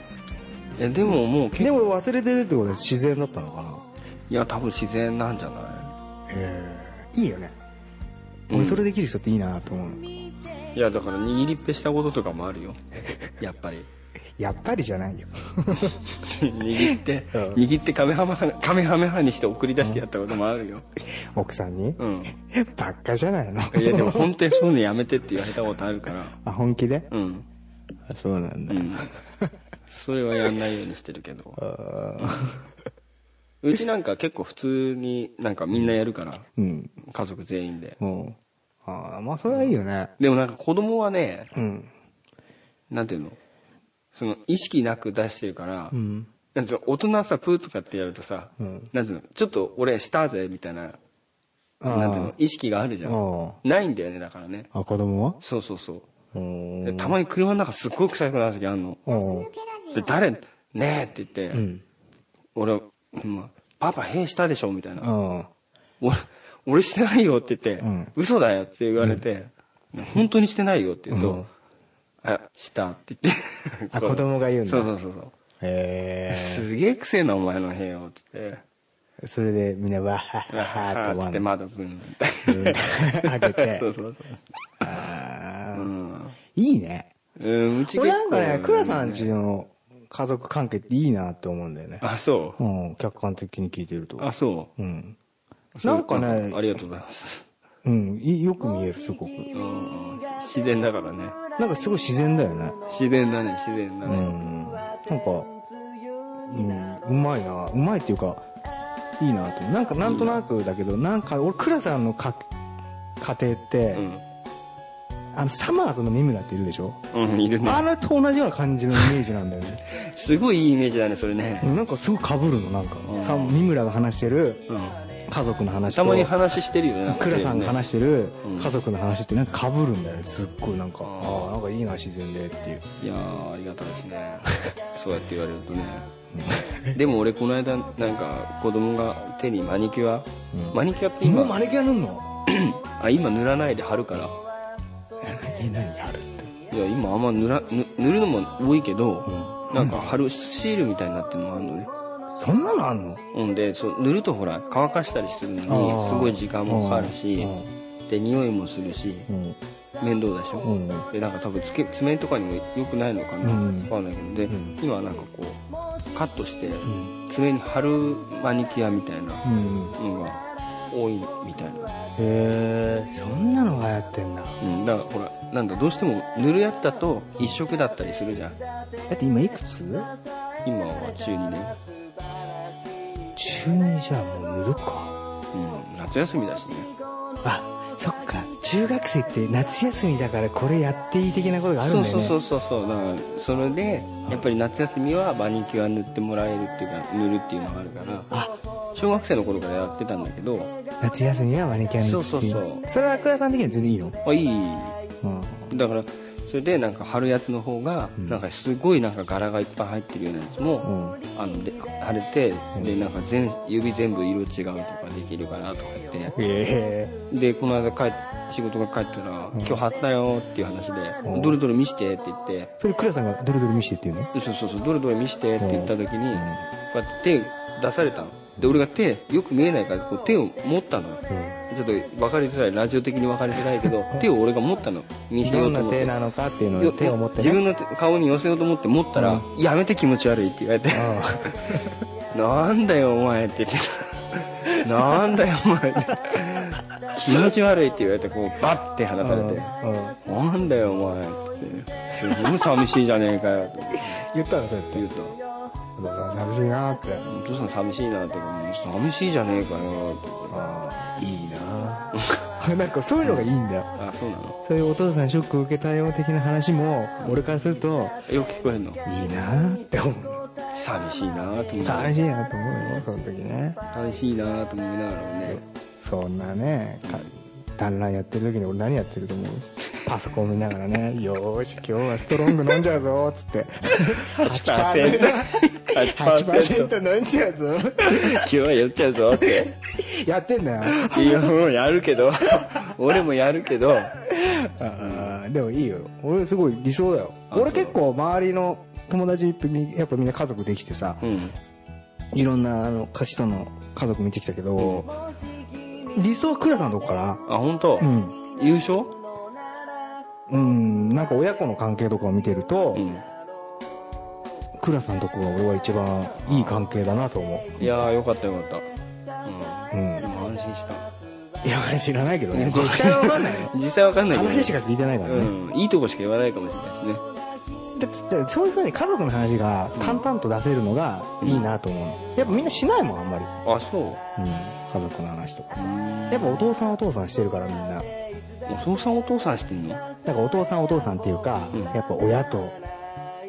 [SPEAKER 3] いやでももう結
[SPEAKER 4] で
[SPEAKER 3] 構
[SPEAKER 4] も忘れてるってことは自然だったのか
[SPEAKER 3] いや多分自然なんじゃない
[SPEAKER 4] なええいいよね
[SPEAKER 3] うん
[SPEAKER 4] 俺それできる人っていいなと思うの
[SPEAKER 3] いやだから握りっぺしたこととかもあるよやっぱり
[SPEAKER 4] やっぱりじゃ ないよ
[SPEAKER 3] 握って、
[SPEAKER 4] うん
[SPEAKER 3] 握ってカメハメハカメハメハにして送り出してやったこともあるよ
[SPEAKER 4] 奥さんに、
[SPEAKER 3] うん
[SPEAKER 4] ばっかじゃないの
[SPEAKER 3] いやでも本当にそういうのやめてって言われたことあるから
[SPEAKER 4] あ本気で
[SPEAKER 3] うん
[SPEAKER 4] あそうなん
[SPEAKER 3] う
[SPEAKER 4] だ、
[SPEAKER 3] んそれはやんないようにしてるけど
[SPEAKER 4] あ
[SPEAKER 3] うちなんか結構普通になんかみんなやるから
[SPEAKER 4] ーうん
[SPEAKER 3] 家族全員で
[SPEAKER 4] うんああまあそれはいいよね
[SPEAKER 3] でもなんか子供はね
[SPEAKER 4] うん
[SPEAKER 3] なんていうのその意識なく出してるから、
[SPEAKER 4] うん
[SPEAKER 3] なんつうの大人はさプーとかってやるとさ、
[SPEAKER 4] うん
[SPEAKER 3] なんつうのちょっと俺したぜみたいな
[SPEAKER 4] あー
[SPEAKER 3] なんていうの、意識があるじゃん。
[SPEAKER 4] おう
[SPEAKER 3] ないんだよね、だからね。
[SPEAKER 4] あ子供は
[SPEAKER 3] そうそうそう。
[SPEAKER 4] う
[SPEAKER 3] で
[SPEAKER 4] ーん
[SPEAKER 3] たまに車の中すっごい臭くなる時あるの。
[SPEAKER 4] おう
[SPEAKER 3] で、誰、ねえって言って、
[SPEAKER 4] うん
[SPEAKER 3] 俺、うんパパ、へしたでしょみたいな。
[SPEAKER 4] おう
[SPEAKER 3] 俺、俺してないよって言って、
[SPEAKER 4] うん
[SPEAKER 3] 嘘だよって言われて、本当にしてないよって言うと、あ、したって言って。
[SPEAKER 4] あ
[SPEAKER 3] こう
[SPEAKER 4] 子供が言うんだ
[SPEAKER 3] そうそうそうそう。
[SPEAKER 4] へえ
[SPEAKER 3] すげえくせえな、お前の部屋を、つって。
[SPEAKER 4] それでみんなわははは
[SPEAKER 3] あ
[SPEAKER 4] っ
[SPEAKER 3] ーつって
[SPEAKER 4] て
[SPEAKER 3] 窓ぶん。
[SPEAKER 4] 開けて
[SPEAKER 3] そうそうそう。
[SPEAKER 4] あ
[SPEAKER 3] う
[SPEAKER 4] ー
[SPEAKER 3] ん。
[SPEAKER 4] いいね
[SPEAKER 3] うん、うち
[SPEAKER 4] 俺
[SPEAKER 3] 結構
[SPEAKER 4] なんかね、クラさんちの家族関係っていいなって思うんだよね。
[SPEAKER 3] あ、そう
[SPEAKER 4] う。ん、客観的に聞いてると。
[SPEAKER 3] あ、そ
[SPEAKER 4] うん。
[SPEAKER 3] う。
[SPEAKER 4] なんかね
[SPEAKER 3] そうありがとうございます。
[SPEAKER 4] うん、いよく見える、すごく。
[SPEAKER 3] うん自然だからね。
[SPEAKER 4] なんかすごい自然だよね。
[SPEAKER 3] 自然だね、自然だ
[SPEAKER 4] う
[SPEAKER 3] ね。
[SPEAKER 4] ん。なんか、うん、うまいな。うまいっていうか、いいなと思う。なんか、なんとなくだけど、なんか、俺、クラさんのか家庭って
[SPEAKER 3] う、ん。
[SPEAKER 4] あの、サマーズの三村っているでしょ
[SPEAKER 3] うん、いる
[SPEAKER 4] あ
[SPEAKER 3] ね。
[SPEAKER 4] れと同じような感じのイメージなんだよね。
[SPEAKER 3] すごいいいイメージだね、それね。
[SPEAKER 4] なんかすごい被るの、なんか。さ三村が話してる
[SPEAKER 3] うん。
[SPEAKER 4] 家族の話と。
[SPEAKER 3] たまに話してるよね。
[SPEAKER 4] 倉さんが話
[SPEAKER 3] し
[SPEAKER 4] してる
[SPEAKER 3] うん
[SPEAKER 4] 家族の話ってなんか被るんだよねすっごいなんか
[SPEAKER 3] あ
[SPEAKER 4] ああなんかいいな自然でっていう
[SPEAKER 3] いやー、ありがたいです ね。そうやって言われるとね。でも俺、この間、なんか、子供が手にマニキュア、
[SPEAKER 4] うん
[SPEAKER 3] マニキュアって
[SPEAKER 4] 今
[SPEAKER 3] 今、
[SPEAKER 4] マネキュア塗んの
[SPEAKER 3] あ今塗らないで貼るから。
[SPEAKER 4] え何あるって
[SPEAKER 3] いや今あんま塗ら塗塗るのも多いけど、
[SPEAKER 4] うん
[SPEAKER 3] なんか貼るシールみたいになってるのもあるのね、
[SPEAKER 4] そんなのあんの
[SPEAKER 3] うん、でそう塗るとほら乾かしたりするのに
[SPEAKER 4] あー
[SPEAKER 3] すごい時間もかかるし
[SPEAKER 4] う
[SPEAKER 3] で匂いもするし
[SPEAKER 4] ん
[SPEAKER 3] 面倒だしょ、
[SPEAKER 4] うんうん
[SPEAKER 3] でなんか多分つけ爪とかにも良くないのかな、
[SPEAKER 4] うん
[SPEAKER 3] 分かんないけどで、
[SPEAKER 4] ん
[SPEAKER 3] 今はなんかこうカットして
[SPEAKER 4] ん
[SPEAKER 3] 爪に貼るマニキュアみたいな
[SPEAKER 4] うんへ
[SPEAKER 3] のが多いみたいな、
[SPEAKER 4] えそんなのが流行ってんだだ
[SPEAKER 3] うん、だからほらなんだどうしても塗るやつだと一色だったりするじゃん
[SPEAKER 4] って今いくつ
[SPEAKER 3] 今は中2年、
[SPEAKER 4] 中2じゃあもう塗るか
[SPEAKER 3] うん、夏休みだしね
[SPEAKER 4] あそっか中学生って夏休みだからこれやっていい的なことがある
[SPEAKER 3] そ
[SPEAKER 4] ん
[SPEAKER 3] う
[SPEAKER 4] だよ
[SPEAKER 3] そう
[SPEAKER 4] ね
[SPEAKER 3] そうそうそうだからそれでやっぱり夏休みはマニキュア塗ってもらえるっていうか塗るっていうのがあるから
[SPEAKER 4] あ
[SPEAKER 3] 小学生の頃からやってたんだけど
[SPEAKER 4] 夏休みはマネキュア塗るってい
[SPEAKER 3] そうそうそう
[SPEAKER 4] それは倉さん的には全然いいの
[SPEAKER 3] あいい
[SPEAKER 4] うん
[SPEAKER 3] だからそれでなんか貼るやつの方が
[SPEAKER 4] うん
[SPEAKER 3] なんかすごいなんか柄がいっぱい入ってるようなやつも
[SPEAKER 4] うん
[SPEAKER 3] あので貼れてでなんか全指全部色違うとかできるかなとか言って
[SPEAKER 4] え
[SPEAKER 3] でこの間帰っ仕事が帰ったら「今日貼ったよ」っていう話
[SPEAKER 4] うん
[SPEAKER 3] で「どれどれ見して」って言って
[SPEAKER 4] えそれ倉さんがどれどれ見してっていうの
[SPEAKER 3] そうそうそうどれどれ見してって言った時にこうやって手出されたので俺が手よく見えないからこう手を持ったのよちょっと分かりづらいラジオ的に分かりづらいけど手を俺が持ったの見せよ
[SPEAKER 4] ど
[SPEAKER 3] うんと
[SPEAKER 4] な
[SPEAKER 3] 思っ
[SPEAKER 4] 手
[SPEAKER 3] て
[SPEAKER 4] なのかっていうの
[SPEAKER 3] よ
[SPEAKER 4] を手を持ってね
[SPEAKER 3] 自分の手顔に寄せようと思って持ったら「やめて気持ち悪い」って言われて
[SPEAKER 4] あ
[SPEAKER 3] 「 なんだよお前」って言ってた「 なんだよお前」気持ち悪い」って言われてこうバッて離
[SPEAKER 4] あ
[SPEAKER 3] されて
[SPEAKER 4] うん
[SPEAKER 3] 「なんだよお前」ってすごい寂しいじゃねえかよ」って
[SPEAKER 4] 言ったらそうやって
[SPEAKER 3] 言うと。
[SPEAKER 4] お父さん寂しいなって
[SPEAKER 3] お父さん寂しいなってかもう寂しいじゃねえかよって
[SPEAKER 4] ああいい ななんかそういうのがいいんだよ
[SPEAKER 3] あそうなの
[SPEAKER 4] そういうお父さんショック受けたよ的な話も俺からすると
[SPEAKER 3] よく聞こえんの
[SPEAKER 4] いいなって思う
[SPEAKER 3] 寂しいなと思う
[SPEAKER 4] 寂しいなと思うよその時ね
[SPEAKER 3] 寂しいなと思いながらもね
[SPEAKER 4] そんなねか団らんやってる時に俺何やってると思うパソコン見ながらね「よーし今日はストロング飲んじゃうぞ」っつ って
[SPEAKER 3] 8%
[SPEAKER 4] 8%飲んじゃうぞ
[SPEAKER 3] 今日は酔っちゃうぞって
[SPEAKER 4] やってんだよ
[SPEAKER 3] いやもうやるけど俺もやるけど
[SPEAKER 4] あーでもいいよ俺すごい理想だよ
[SPEAKER 3] あ
[SPEAKER 4] 俺結構周りの友達ってみやっぱみんな家族できてさ
[SPEAKER 3] うん
[SPEAKER 4] いろんなあの歌手との家族見てきたけど理想は倉さんのとこか
[SPEAKER 3] あ本当
[SPEAKER 4] なうん
[SPEAKER 3] 優勝
[SPEAKER 4] うんなんか親子の関係とかを見てると
[SPEAKER 3] うん
[SPEAKER 4] 倉さんのとこが俺は一番いい関係だなと思う
[SPEAKER 3] いやーよかったよかったうん
[SPEAKER 4] うん
[SPEAKER 3] でも安心した
[SPEAKER 4] いや知らないけどね
[SPEAKER 3] 実際は分かんない 実際わかんないけど
[SPEAKER 4] 話しか聞いて ないから
[SPEAKER 3] う
[SPEAKER 4] ね、
[SPEAKER 3] んいいとこしか言わないかもしれないしね
[SPEAKER 4] だってそういうふうに家族の話が淡々と出せるのがいいなと思う、やっぱみんなしないもんあんまり、
[SPEAKER 3] あそう
[SPEAKER 4] うん、家族の話とかさ
[SPEAKER 3] うん
[SPEAKER 4] やっぱお父さんお父さんしてるからみんな
[SPEAKER 3] お父さんお父さんしてんの
[SPEAKER 4] なんかお父さんお父さんっていうか、
[SPEAKER 3] うん
[SPEAKER 4] やっぱ親と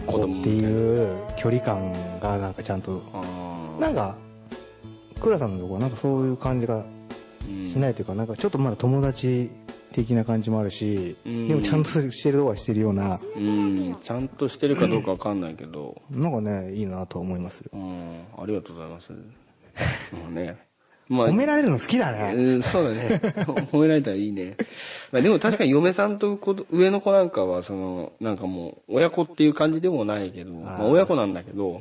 [SPEAKER 4] 子っていう距離感がなんかちゃんと
[SPEAKER 3] あー
[SPEAKER 4] なんか倉さんのとこはなんかそういう感じが
[SPEAKER 3] うん
[SPEAKER 4] しないというかなんかちょっとまだ友達的な感じもあるし、
[SPEAKER 3] うん
[SPEAKER 4] でもちゃんとしてるとはしてるような
[SPEAKER 3] うんちゃんとしてるかどうかわかんないけど、
[SPEAKER 4] なんかねいいなとは思いますよ
[SPEAKER 3] うん、ありがとうございます。もうね。 ま
[SPEAKER 4] 褒められるの好きだね、
[SPEAKER 3] うんそうだね。褒められたらいいね。まあでも確かに嫁さんと子ど上の子なんかは、その、なんかもう、親子っていう感じでもないけど、まあ親子なんだけど、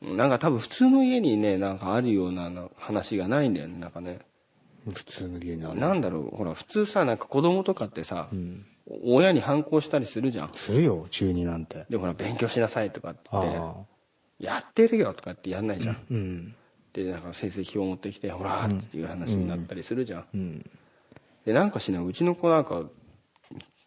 [SPEAKER 3] なんか多分普通の家にね、なんかあるようなな話がないんだよね、なんかね。
[SPEAKER 4] 普通の芸人
[SPEAKER 3] なんだろう、ほら、普通さ、なんか子供とかってさ、
[SPEAKER 4] ん
[SPEAKER 3] 親に反抗したりするじゃん。
[SPEAKER 4] するよ中二なんて
[SPEAKER 3] で、ほら、勉強しなさいとかって言って
[SPEAKER 4] あ、
[SPEAKER 3] やってるよとかってやんないじゃん。
[SPEAKER 4] うん
[SPEAKER 3] で、なんか成績を持ってきて、ほらーっていう話になったりするじゃん。
[SPEAKER 4] うん
[SPEAKER 3] でなんかしないうちの子なんか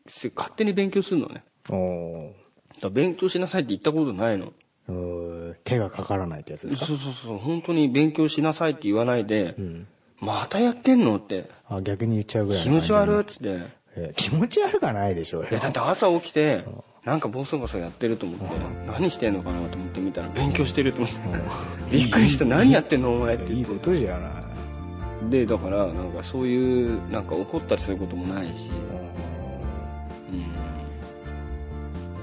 [SPEAKER 3] せ勝手に勉強するのね
[SPEAKER 4] おお
[SPEAKER 3] だから勉強しなさいって言ったことないの
[SPEAKER 4] うー手がかからないってやつですか
[SPEAKER 3] そうそうそう本当に勉強しなさいって言わないで、
[SPEAKER 4] ん
[SPEAKER 3] またやってんのって
[SPEAKER 4] あ逆に言っちゃうぐらい
[SPEAKER 3] 気
[SPEAKER 4] の
[SPEAKER 3] 持ち
[SPEAKER 4] 感じな
[SPEAKER 3] 悪いっつって
[SPEAKER 4] えー気持ち悪くはないでしょうよ
[SPEAKER 3] えだって朝起きてなんかボソボソやってると思って何してんのかなと思って見たら勉強してると思って びっくりした何やってんのお前って言
[SPEAKER 4] いい
[SPEAKER 3] って
[SPEAKER 4] ことじゃない
[SPEAKER 3] でだからなんかそういうなんか怒ったりすることもないしうん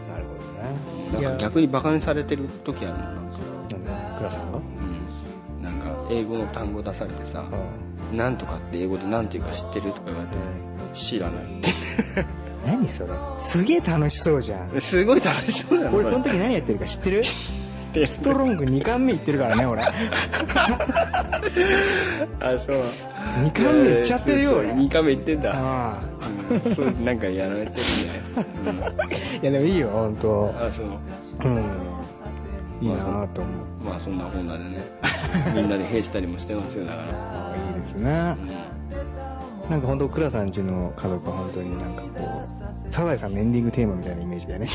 [SPEAKER 4] なるほどね
[SPEAKER 3] なんか逆にバカにされてる時あるもんなんか
[SPEAKER 4] なんで倉さんが
[SPEAKER 3] うんなんか英語の単語出されてさ「なんとか」って英語で何て言うか知ってるとか言われて「知らない」
[SPEAKER 4] 何それすげえ楽しそうじゃん
[SPEAKER 3] すごい楽しそうだな
[SPEAKER 4] 俺
[SPEAKER 3] そ
[SPEAKER 4] そ
[SPEAKER 3] れ
[SPEAKER 4] の時何やってるか知ってる
[SPEAKER 3] てる
[SPEAKER 4] ストロング2巻目いってるからね俺
[SPEAKER 3] あそう
[SPEAKER 4] 2巻目いっちゃってるよ俺
[SPEAKER 3] 2回目言ってんだ
[SPEAKER 4] ああ
[SPEAKER 3] うんそうなんかやられてるね
[SPEAKER 4] いやでもいいよ本
[SPEAKER 3] う
[SPEAKER 4] 当
[SPEAKER 3] んあそう
[SPEAKER 4] うんいいなと思う
[SPEAKER 3] まあそんなこんなでねみんなで閉したりもしてますよだから
[SPEAKER 4] ああいいですねなんか本当倉さん家の家族は本当になんかこうサザエさんのエンディングテーマみたいなイメージだよね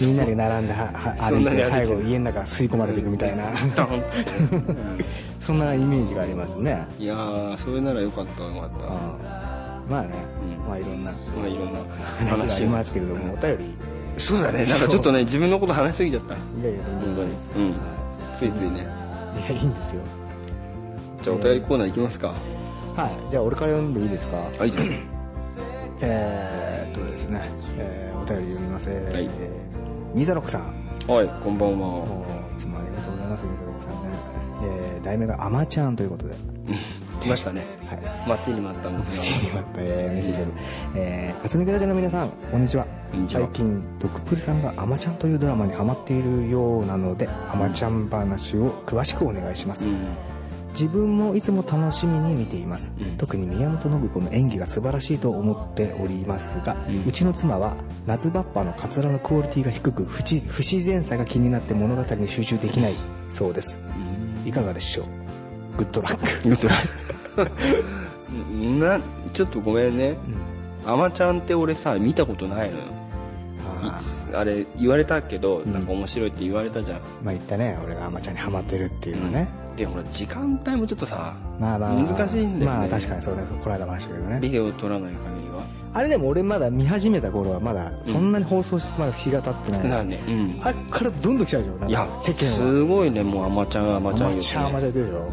[SPEAKER 4] みんなで並んではは
[SPEAKER 3] そん
[SPEAKER 4] 歩い
[SPEAKER 3] なに歩い
[SPEAKER 4] て
[SPEAKER 3] て
[SPEAKER 4] 最後家の中吸い込まれていくみたいな
[SPEAKER 3] ドンって
[SPEAKER 4] そんなイメージがありますね
[SPEAKER 3] いやーそれならよかったよかっ
[SPEAKER 4] う
[SPEAKER 3] た
[SPEAKER 4] んまあね
[SPEAKER 3] うん
[SPEAKER 4] まあいろんな
[SPEAKER 3] まあいろんな
[SPEAKER 4] 話があり
[SPEAKER 3] が
[SPEAKER 4] ますけれどもお便り
[SPEAKER 3] そうだねなんかちょっとね自分のこと話しすぎちゃった
[SPEAKER 4] いやいやとんで
[SPEAKER 3] 本
[SPEAKER 4] も
[SPEAKER 3] 当
[SPEAKER 4] ない
[SPEAKER 3] に
[SPEAKER 4] です
[SPEAKER 3] うんついついね
[SPEAKER 4] いやいいんですよ
[SPEAKER 3] じゃあお便りコーナーいきますか
[SPEAKER 4] はいじゃあ俺から読んでいいですか
[SPEAKER 3] はい
[SPEAKER 4] えーっとですね、えーお便り読みます、
[SPEAKER 3] い
[SPEAKER 4] えーミザロックさん
[SPEAKER 3] はいこんばんは
[SPEAKER 4] もういつもありがとうございますミザロックさんね、えー題名が「アマちゃん」ということで、
[SPEAKER 3] 来ましたね
[SPEAKER 4] はい
[SPEAKER 3] 待ちに待ったんで
[SPEAKER 4] 待ち
[SPEAKER 3] す
[SPEAKER 4] に待ったえーメッセージあるえー、かすみくらじの皆さんこんにちは
[SPEAKER 3] こんにちは
[SPEAKER 4] 最近ドクプルさんが「アマちゃん」というドラマにハマっているようなので「アマちゃん話」を詳しくお願いします、
[SPEAKER 3] うん
[SPEAKER 4] 自分もいつも楽しみに見ています、
[SPEAKER 3] うん
[SPEAKER 4] 特に宮本信子の演技が素晴らしいと思っておりますが、
[SPEAKER 3] う
[SPEAKER 4] うんちの妻は夏バッパのカツラのクオリティが低く不自不自然さが気になって物語に集中できないそうですいかがでしょうグッドラック、
[SPEAKER 3] グッドラなちょっとごめんねあまちゃんって俺さ見たことないのよ
[SPEAKER 4] あ
[SPEAKER 3] あれ言われたけど
[SPEAKER 4] ん
[SPEAKER 3] なんか面白いって言われたじゃん
[SPEAKER 4] ーまあ言ったね俺がアマちゃんにハマってるっていうのはね、
[SPEAKER 3] でほら時間帯もちょっとさ
[SPEAKER 4] まあまあまあ
[SPEAKER 3] 難しいんだよね
[SPEAKER 4] まあ確かにそうねこの間も話したけどね
[SPEAKER 3] ビデオ撮らない限りは
[SPEAKER 4] あれでも俺まだ見始めた頃はまだそんなに放送してまだ日が経ってない、
[SPEAKER 3] なあねうん
[SPEAKER 4] あれからどんどん来たでしょなんか
[SPEAKER 3] いや
[SPEAKER 4] 世間は
[SPEAKER 3] すごいねもうあまちゃんあまちゃん
[SPEAKER 4] アマ
[SPEAKER 3] よ
[SPEAKER 4] チュアま
[SPEAKER 3] ね
[SPEAKER 4] で出るよ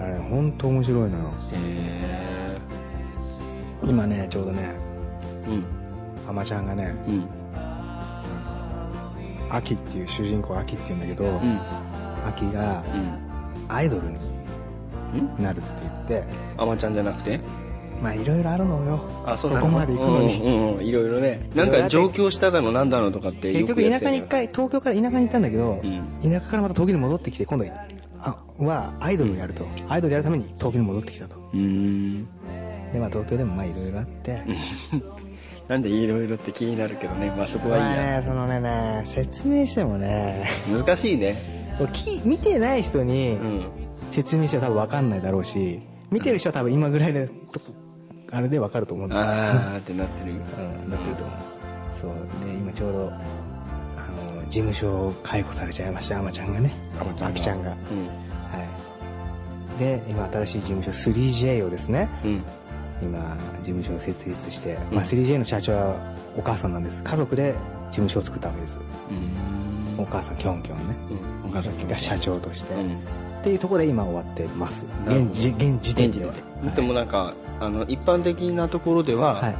[SPEAKER 4] あれ本当面白いのよ
[SPEAKER 3] へ
[SPEAKER 4] 今ねちょうどね
[SPEAKER 3] えうん
[SPEAKER 4] アマちゃんがね
[SPEAKER 3] うん
[SPEAKER 4] アキっていう主人公アキっていうんだけど、
[SPEAKER 3] うん
[SPEAKER 4] アキが
[SPEAKER 3] うん
[SPEAKER 4] アイドルに
[SPEAKER 3] ん
[SPEAKER 4] なるって言って
[SPEAKER 3] あまちゃんじゃなくて
[SPEAKER 4] まあいろいろあるのよ
[SPEAKER 3] あそう
[SPEAKER 4] そ
[SPEAKER 3] な
[SPEAKER 4] こまで行くのに、
[SPEAKER 3] うんうんうんいろいろねなんか上京しただのなんだのとかって
[SPEAKER 4] 結
[SPEAKER 3] よく
[SPEAKER 4] 局
[SPEAKER 3] や
[SPEAKER 4] 田
[SPEAKER 3] って
[SPEAKER 4] 舎
[SPEAKER 3] る
[SPEAKER 4] に
[SPEAKER 3] よ
[SPEAKER 4] 一回東京から田舎に行ったんだけど、
[SPEAKER 3] うん
[SPEAKER 4] 田舎からまた東京に戻ってきて今度あはアイドルをやるとアイドルやるために東京に戻ってきたと
[SPEAKER 3] うーん
[SPEAKER 4] でまあ東京でもまあいろいろあって
[SPEAKER 3] なんでいろいろって気になるけどねまあそこはいい
[SPEAKER 4] まあ
[SPEAKER 3] や
[SPEAKER 4] ねそのねね説明してもね
[SPEAKER 3] 難しいね
[SPEAKER 4] そうき見てない人に
[SPEAKER 3] うん
[SPEAKER 4] 説明しては多分分かんないだろうし見てる人は多分今ぐらいでとあれで分かると思うんだ
[SPEAKER 3] あーってなってる
[SPEAKER 4] うんなってると思うそうで今ちょうどあの事務所を解雇されちゃいましたあまちゃんがね
[SPEAKER 3] あまちゃんが
[SPEAKER 4] あきちゃんが
[SPEAKER 3] うん
[SPEAKER 4] はいで今新しい事務所 3J をですね
[SPEAKER 3] うん
[SPEAKER 4] 今事務所を設立して、まあ、3J の社長はお母さんなんです家族で事務所を作ったわけです
[SPEAKER 3] うん
[SPEAKER 4] お母さんキョンキョンね
[SPEAKER 3] うんお母さん
[SPEAKER 4] が社長として、
[SPEAKER 3] うん
[SPEAKER 4] っていうところで今終わってます
[SPEAKER 3] なるほど
[SPEAKER 4] 現時現時点
[SPEAKER 3] 現地
[SPEAKER 4] で
[SPEAKER 3] で
[SPEAKER 4] は
[SPEAKER 3] でもなんかあの一般的なところでは、
[SPEAKER 4] はい、はい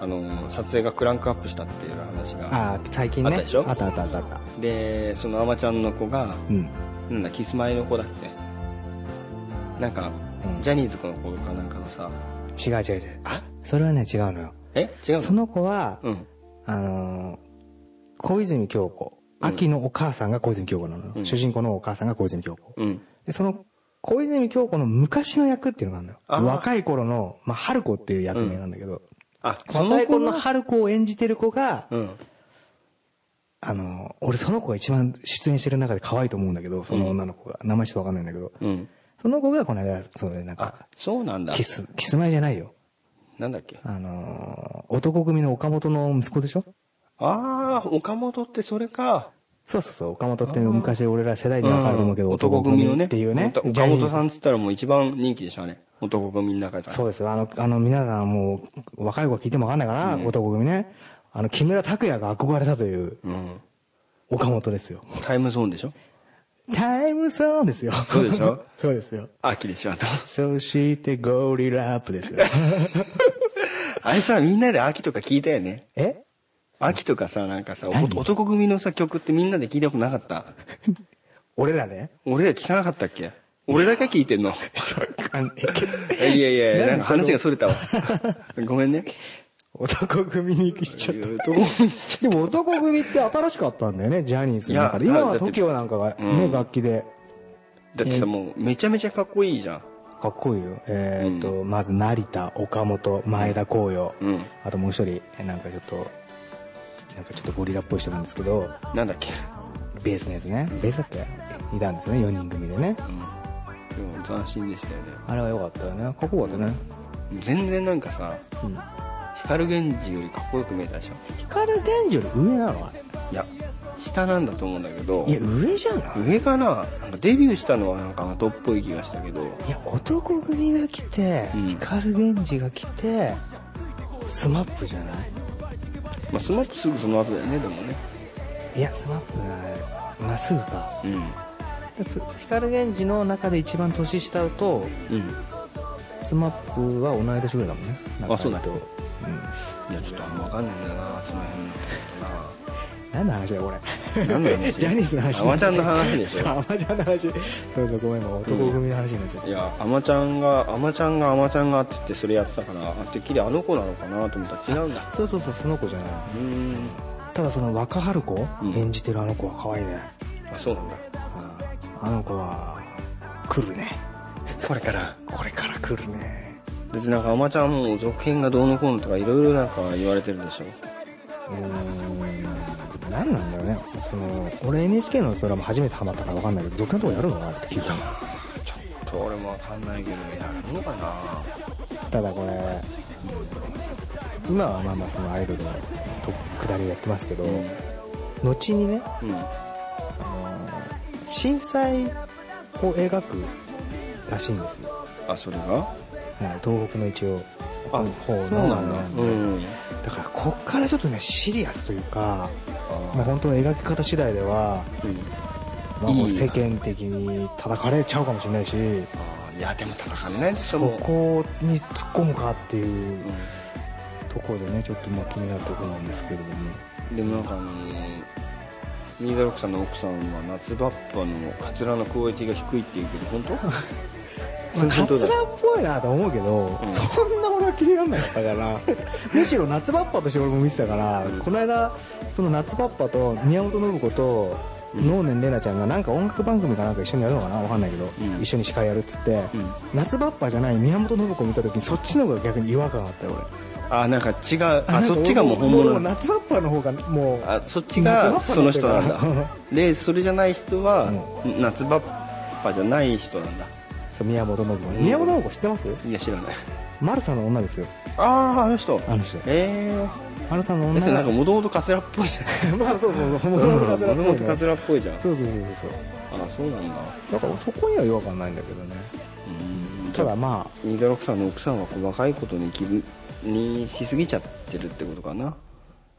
[SPEAKER 3] あの撮影がクランクアップしたっていう話が
[SPEAKER 4] ああ最近ね
[SPEAKER 3] あったでしょ
[SPEAKER 4] あったあったあったあった
[SPEAKER 3] でそのあまちゃんの子が
[SPEAKER 4] うん、うん
[SPEAKER 3] なんだキスマイの子だっけなんかジャニーズの子かなんかのさ
[SPEAKER 4] 違う違う違う
[SPEAKER 3] あ
[SPEAKER 4] それはね違うのよ
[SPEAKER 3] え違うの
[SPEAKER 4] その子は、
[SPEAKER 3] うん
[SPEAKER 4] あのー小泉京子
[SPEAKER 3] うん
[SPEAKER 4] 秋のお母さんが小泉京子なのよ、
[SPEAKER 3] うん
[SPEAKER 4] 主人公のお母さんが小泉京子
[SPEAKER 3] うん
[SPEAKER 4] でその小泉京子の昔の役っていうのがあるのよ
[SPEAKER 3] あー
[SPEAKER 4] 若い頃の、まあ、春子っていう役名なんだけど、
[SPEAKER 3] あそ
[SPEAKER 4] 若
[SPEAKER 3] の
[SPEAKER 4] い頃
[SPEAKER 3] 子
[SPEAKER 4] の
[SPEAKER 3] の
[SPEAKER 4] 春子を演じてる子が、
[SPEAKER 3] うん
[SPEAKER 4] あの、俺その子が一番出演してる中で可愛いと思うんだけど、その女の子が。名前ちょっとわかんないんだけど。
[SPEAKER 3] うん
[SPEAKER 4] その子がこの間、それなん
[SPEAKER 3] あ
[SPEAKER 4] か、
[SPEAKER 3] そうなんだ
[SPEAKER 4] キス、キス前じゃないよ。
[SPEAKER 3] なんだっけ
[SPEAKER 4] あのー、男組の岡本の息子でしょ
[SPEAKER 3] ああ岡本ってそれか
[SPEAKER 4] そうそうそう、岡本って昔俺ら世代でわかると思うけど、
[SPEAKER 3] ん男組のね
[SPEAKER 4] っていうね。
[SPEAKER 3] 岡本さ
[SPEAKER 4] ん。
[SPEAKER 3] んっつったらもう一番人気でしょうね男組の中で
[SPEAKER 4] そうですよ。あの、あの、皆さんもう、若い子が聞いてもわかんないかな、
[SPEAKER 3] うん
[SPEAKER 4] 男組ね。あの、木村拓哉が憧れたという
[SPEAKER 3] うん
[SPEAKER 4] 岡本ですよ。
[SPEAKER 3] タイムゾーンでしょ
[SPEAKER 4] タイムソーンですよ。
[SPEAKER 3] そうでしょ
[SPEAKER 4] そうですよ。
[SPEAKER 3] 秋でしょあと
[SPEAKER 4] そしてゴリラップですよ。
[SPEAKER 3] あれさみんなで秋とか聞いたよね
[SPEAKER 4] え
[SPEAKER 3] 秋とかさなんかさお
[SPEAKER 4] 何
[SPEAKER 3] 男組のさ曲ってみんなで聞いたことなかった
[SPEAKER 4] 俺らね。
[SPEAKER 3] 俺ら聞かなかったっけ俺だけ聞いてんのい やいやいやなんか話がそれ たわごめんね
[SPEAKER 4] 男組に来ちゃった。
[SPEAKER 3] 男組
[SPEAKER 4] でも男組って新しかったんだよね、ジャニーズの中で。
[SPEAKER 3] いや
[SPEAKER 4] 今
[SPEAKER 3] だっ
[SPEAKER 4] は
[SPEAKER 3] て
[SPEAKER 4] TOKIO なんかが
[SPEAKER 3] う
[SPEAKER 4] ね、
[SPEAKER 3] ん
[SPEAKER 4] 楽器で。
[SPEAKER 3] だってさもうめちゃめちゃかっこいいじゃん
[SPEAKER 4] かっこいいよ。えーっと、まず成田、岡本、前田光陽
[SPEAKER 3] うん。
[SPEAKER 4] あともう一人、なんかちょっと、なんかちょっとゴリラっぽい人なんですけど、
[SPEAKER 3] なんだっけ
[SPEAKER 4] ベースのやつね。ベースだっけいたんですよね、4人組でね。
[SPEAKER 3] うんでも斬新でしたよね
[SPEAKER 4] あれは良かったよね。かっこよかったね。
[SPEAKER 3] 全然なんかさ
[SPEAKER 4] うん。
[SPEAKER 3] 光源氏よりかっこよく見えたでしょ
[SPEAKER 4] 光源氏より上なのあれ
[SPEAKER 3] いや下なんだと思うんだけど
[SPEAKER 4] いや、上じゃない
[SPEAKER 3] 上かななんかデビューしたのはなんか後っぽい気がしたけど
[SPEAKER 4] いや男組が来て、
[SPEAKER 3] うん
[SPEAKER 4] 光源氏が来てスマップじゃない
[SPEAKER 3] まあその後すぐその後だよねでもね
[SPEAKER 4] いやスマップがまっすぐか
[SPEAKER 3] う
[SPEAKER 4] つ光源氏の中で一番年下と
[SPEAKER 3] んうん
[SPEAKER 4] スマップは同い年ぐらいだもんねなんか
[SPEAKER 3] あそうだ
[SPEAKER 4] と、うん、
[SPEAKER 3] いやちょっとあんま分かんないんだよ なその辺の
[SPEAKER 4] 何の話だよこれ
[SPEAKER 3] 何の話
[SPEAKER 4] ジャニーズの話
[SPEAKER 3] アマちゃんの話で しょ
[SPEAKER 4] そうアマちゃんの話そうそうごめん男組の話になっちゃっ
[SPEAKER 3] いやあまちゃんがあまちゃんがあまちゃんがっつってそれやってたからあてっきりあの子なのかなと思ったら違うんだ
[SPEAKER 4] たそうそうそうその子じゃないう
[SPEAKER 3] ーん
[SPEAKER 4] ただその若春子、
[SPEAKER 3] うん
[SPEAKER 4] 演じてるあの子は可愛いね
[SPEAKER 3] あそうなんだ
[SPEAKER 4] うんあの子は来るね
[SPEAKER 3] これから
[SPEAKER 4] これから来るね
[SPEAKER 3] 別になんかあまちゃんも続編がどうのこうのとかいろいろなんか言われてるでしょ
[SPEAKER 4] うーん何なんだろうねその俺 NHK のドラマ初めてハマったから分かんないけど続編とかやるのかなって聞いたの
[SPEAKER 3] ちょっと俺もわかんないけどやるのかな
[SPEAKER 4] ただこれ今はまあまあそのアイドルのトップ下りをやってますけど、後にね
[SPEAKER 3] うん
[SPEAKER 4] 震災を描くらしいんですよ
[SPEAKER 3] あそれが
[SPEAKER 4] はい東北の一応
[SPEAKER 3] あ
[SPEAKER 4] 方の
[SPEAKER 3] う
[SPEAKER 4] あの
[SPEAKER 3] ん
[SPEAKER 4] だからこっからちょっとねシリアスというかもう
[SPEAKER 3] あ
[SPEAKER 4] 本当描き方次第では、
[SPEAKER 3] うん
[SPEAKER 4] まあ、もう
[SPEAKER 3] いい
[SPEAKER 4] 世間的に叩かれちゃうかもしれないし
[SPEAKER 3] あいやでも叩かれないでしょ
[SPEAKER 4] こ
[SPEAKER 3] もう
[SPEAKER 4] こに突っ込むかっていう
[SPEAKER 3] うん
[SPEAKER 4] ところでねちょっとまあ気になるところなんですけれども
[SPEAKER 3] でもなんかあのーミーダロックさんの奥さんは夏バッパのカツラのクオリティが低いって言うけど 本当
[SPEAKER 4] まあ
[SPEAKER 3] 本
[SPEAKER 4] カ
[SPEAKER 3] 当
[SPEAKER 4] ツ
[SPEAKER 3] だ
[SPEAKER 4] ラ
[SPEAKER 3] よ
[SPEAKER 4] っぽいなと思うけど、
[SPEAKER 3] うん
[SPEAKER 4] そんな俺は気にならなかったから むしろ夏バッパとして俺も見てたから、
[SPEAKER 3] うん
[SPEAKER 4] この間その夏バッパと宮本信子と
[SPEAKER 3] うん
[SPEAKER 4] 能年玲奈ちゃんがなんか音楽番組かなんか一緒にやるのかなわかんないけど、
[SPEAKER 3] うん
[SPEAKER 4] 一緒に司会やるっつって、
[SPEAKER 3] うん
[SPEAKER 4] 夏バッパじゃない宮本信子見た時にそっちの方が逆に違和感あったよ俺
[SPEAKER 3] あなんか違うあ
[SPEAKER 4] なんか
[SPEAKER 3] そっちがもう本
[SPEAKER 4] も
[SPEAKER 3] 物
[SPEAKER 4] う夏バッパーの方がもう
[SPEAKER 3] あそっち
[SPEAKER 4] 夏
[SPEAKER 3] が
[SPEAKER 4] バッパ
[SPEAKER 3] その人なんだ
[SPEAKER 4] っていう か
[SPEAKER 3] でそれじゃない人は夏バッパじゃない人なんだ
[SPEAKER 4] そう宮本信子、
[SPEAKER 3] ん
[SPEAKER 4] 宮本信子知ってます
[SPEAKER 3] いや知らない
[SPEAKER 4] マルサの女ですよ
[SPEAKER 3] あああの人
[SPEAKER 4] あの人
[SPEAKER 3] え
[SPEAKER 4] マルサの
[SPEAKER 3] えー、
[SPEAKER 4] 女
[SPEAKER 3] それなん
[SPEAKER 4] が
[SPEAKER 3] かもともとカツラっぽいじゃ
[SPEAKER 4] まあそうそうそう
[SPEAKER 3] ない
[SPEAKER 4] 元
[SPEAKER 3] もと
[SPEAKER 4] 々
[SPEAKER 3] もとカツラっぽいじゃんあ
[SPEAKER 4] そうそうそうそ
[SPEAKER 3] そ
[SPEAKER 4] う
[SPEAKER 3] うなんだ
[SPEAKER 4] だからそこには違和感ないんだけどね
[SPEAKER 3] うん
[SPEAKER 4] ただま
[SPEAKER 3] ニガロフさんの奥さんは細かいことに気分にしすぎちゃってるってことかな
[SPEAKER 4] あ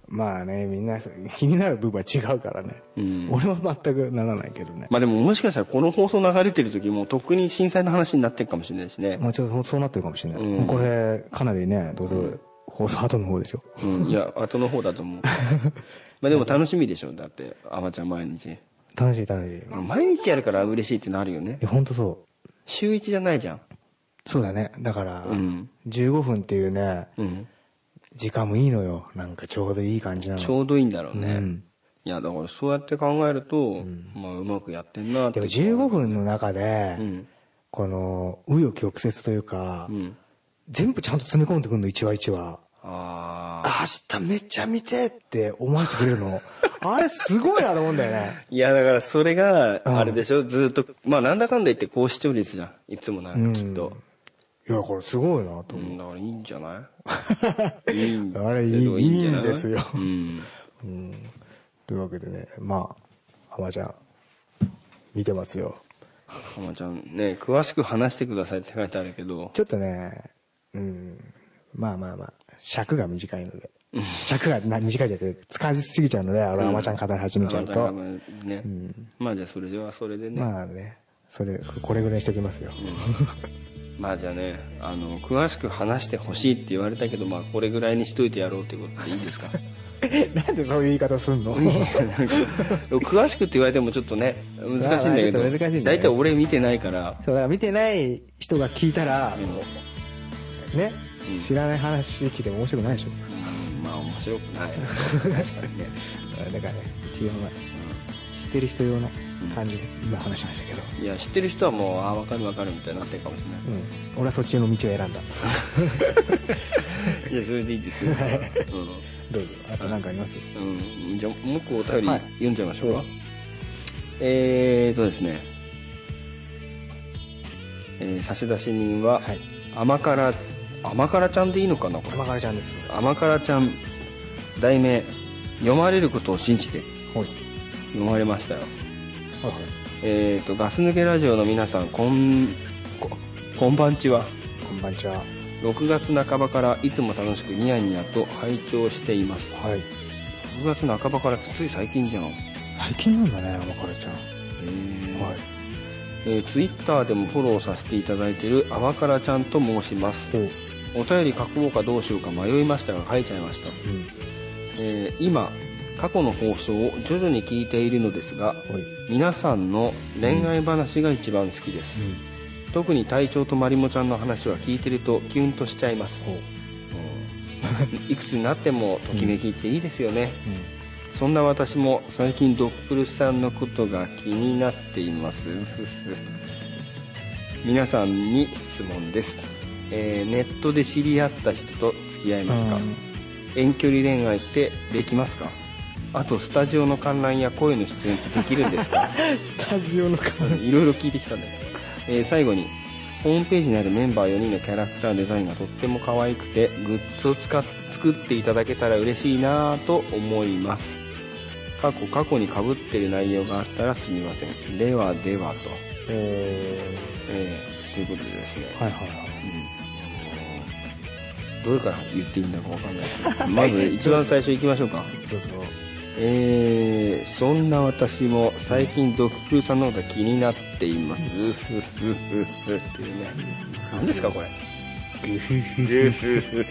[SPEAKER 4] まあねみんな気になる部分は違うからね、
[SPEAKER 3] うん
[SPEAKER 4] 俺は全くならないけどね、
[SPEAKER 3] まあでももしかしたらこの放送流れてる時もとっくに震災の話になってるかもしれないしね、
[SPEAKER 4] まあ、ちょっとそうなってるかもしれない、
[SPEAKER 3] うん
[SPEAKER 4] これかなりねどうせ
[SPEAKER 3] うん
[SPEAKER 4] 放送後の方でしょ
[SPEAKER 3] うん、いや後の方だと 思うまあでも楽しみでしょだってあまちゃん毎日
[SPEAKER 4] 楽しい楽しいい
[SPEAKER 3] 毎日やるから嬉しいってなるよね
[SPEAKER 4] や本当そう
[SPEAKER 3] 週1じゃないじゃん
[SPEAKER 4] そうだねだから、
[SPEAKER 3] うん
[SPEAKER 4] 15分っていうね
[SPEAKER 3] うん
[SPEAKER 4] 時間もいいのよなんかちょうどいい感じなの
[SPEAKER 3] ちょうどいいんだろうね、
[SPEAKER 4] うん
[SPEAKER 3] いやだからそうやって考えると、まあうまくやってんなって
[SPEAKER 4] でも15分の中で、
[SPEAKER 3] うん
[SPEAKER 4] この紆余曲折というか、
[SPEAKER 3] うん
[SPEAKER 4] 全部ちゃんと詰め込んでくるの一話一話
[SPEAKER 3] ああ
[SPEAKER 4] あ明日めっちゃ見てって思わせてくれる のあれすごいなと思うんだよね
[SPEAKER 3] いやだからそれが
[SPEAKER 4] うん
[SPEAKER 3] あれでしょ、ずっとまあなんだかんだ言って高視聴率じゃんいつもな
[SPEAKER 4] うんん
[SPEAKER 3] かきっと、
[SPEAKER 4] いやこれすごいなと
[SPEAKER 3] う
[SPEAKER 4] 思
[SPEAKER 3] ん、だからいいんじゃ ないいいん
[SPEAKER 4] あれいい
[SPEAKER 3] けどじゃない
[SPEAKER 4] いんですよ
[SPEAKER 3] うん
[SPEAKER 4] う、うんというわけでねまあ浜ちゃん見てますよ
[SPEAKER 3] 浜ちゃんね詳しく話してくださいって書いてあるけど
[SPEAKER 4] ちょっとね、うん、まあまあまあ、尺が短いの で。尺がな短いじゃなくて、使いすぎちゃうので、俺はアマちゃん語り始めちゃうと、
[SPEAKER 3] 浜ちゃんがね、まあじゃあそれはそれでね、
[SPEAKER 4] まあね、それ、これぐらいにしときますよ。
[SPEAKER 3] まあじゃあねあの詳しく話してほしいって言われたけどまあこれぐらいにしといてやろうってことでいいですか
[SPEAKER 4] なんでそういう言い方すんの
[SPEAKER 3] 詳しくって言われてもちょっとね難しいんだけど
[SPEAKER 4] まあまあちょっと難しいんだよね
[SPEAKER 3] 大体俺見てないから
[SPEAKER 4] そう、だから見てない人が聞いたら、ね
[SPEAKER 3] うん、
[SPEAKER 4] 知らない話聞いても面白くないでしょ。
[SPEAKER 3] まあ面白くない確かにね
[SPEAKER 4] だからね、違うな。知ってる人用の感じで今話しましたけど、
[SPEAKER 3] いや知ってる人はもうああ分かる分かるみたいになってるかもし
[SPEAKER 4] う
[SPEAKER 3] れ
[SPEAKER 4] ん、俺はそっちの道を選んだ。
[SPEAKER 3] ないいやそれでいいですよ、
[SPEAKER 4] どうぞ、あと何かあります
[SPEAKER 3] うんうん、じゃあもう一個お便り
[SPEAKER 4] はい
[SPEAKER 3] 読んじゃいましょうか、
[SPEAKER 4] うん
[SPEAKER 3] えーとですね、えー差出人は、
[SPEAKER 4] はい
[SPEAKER 3] 甘辛甘辛ちゃんでいいのかなこれ
[SPEAKER 4] 甘辛ちゃんです。
[SPEAKER 3] 甘辛ちゃん題名読まれることを信じて
[SPEAKER 4] はい。
[SPEAKER 3] 読まれましたよ
[SPEAKER 4] はいはい。
[SPEAKER 3] えーとガス抜けラジオの皆さんこんここんばんちは
[SPEAKER 4] こんばんちは。は
[SPEAKER 3] 6月半ばからいつも楽しくニヤニヤと拝聴しています
[SPEAKER 4] い。
[SPEAKER 3] 6月半ばからってつい最近じゃん、
[SPEAKER 4] 最近なんだね、甘辛ちゃん。
[SPEAKER 3] はいえー、ツイッターでもフォローさせていただいているあわからちゃんと申します
[SPEAKER 4] お、
[SPEAKER 3] お便り書こうかどうしようか迷いましたが書いちゃいました、
[SPEAKER 4] うん。
[SPEAKER 3] えー今過去の放送を徐々に聞いているのですが
[SPEAKER 4] はい。
[SPEAKER 3] 皆さんの恋愛話が一番好きです、特に隊長とまりもちゃんの話は聞いてるとキュンとしちゃいます、うんいくつになってもときめきっていいですよね、そんな私も最近ドップルさんのことが気になっています ふふ皆さんに質問です、えーネットで知り合った人と付き合いますか、遠距離恋愛ってできますかあとスタジオの観覧や声の出演ってできるんですか
[SPEAKER 4] スタジオの顔。
[SPEAKER 3] いろいろ聞いてきたんだけど、えー最後にホームページにあるメンバー4人のキャラクターデザインがとっても可愛くてグッズを使っ作っていただけたら嬉しいなぁと思います過去過去にかぶってる内容があったらすみませんではではと、
[SPEAKER 4] え
[SPEAKER 3] えーということでですね、
[SPEAKER 4] ー、はいはいは
[SPEAKER 3] う
[SPEAKER 4] い。
[SPEAKER 3] んどれから言っていいんだかわかんないけど まず一番最初行きましょうか
[SPEAKER 4] どうぞ。
[SPEAKER 3] えーそんな私も最近ドクプーさんの方が気になっていますうふふふふっていうね何です かこれうふふうふふ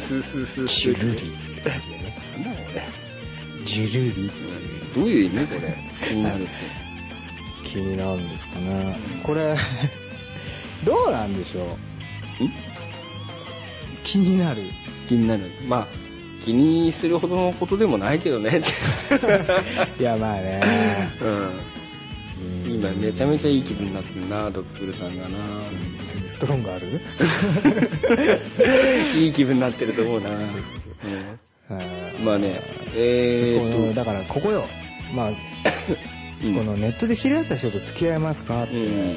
[SPEAKER 3] ふ
[SPEAKER 4] ジュルリ。
[SPEAKER 3] なんだこれ
[SPEAKER 4] ジュルリ。
[SPEAKER 3] どういう意味これ気になるって
[SPEAKER 4] 気になるんですかね。これ、 どうなんでしょう気 になる。
[SPEAKER 3] 気になるまあ気にするほどのことでもないけど ねって、
[SPEAKER 4] いや、まあね。
[SPEAKER 3] うん、今めちゃめちゃいい気分になってるなドクプーさんがな
[SPEAKER 4] ストロングある
[SPEAKER 3] いい気分になってると思うなうんまあねえ
[SPEAKER 4] す
[SPEAKER 3] ー
[SPEAKER 4] ごい
[SPEAKER 3] っ
[SPEAKER 4] だからここよまあ
[SPEAKER 3] とうん
[SPEAKER 4] このネットで知り合った人と付き合いますかって、
[SPEAKER 3] うん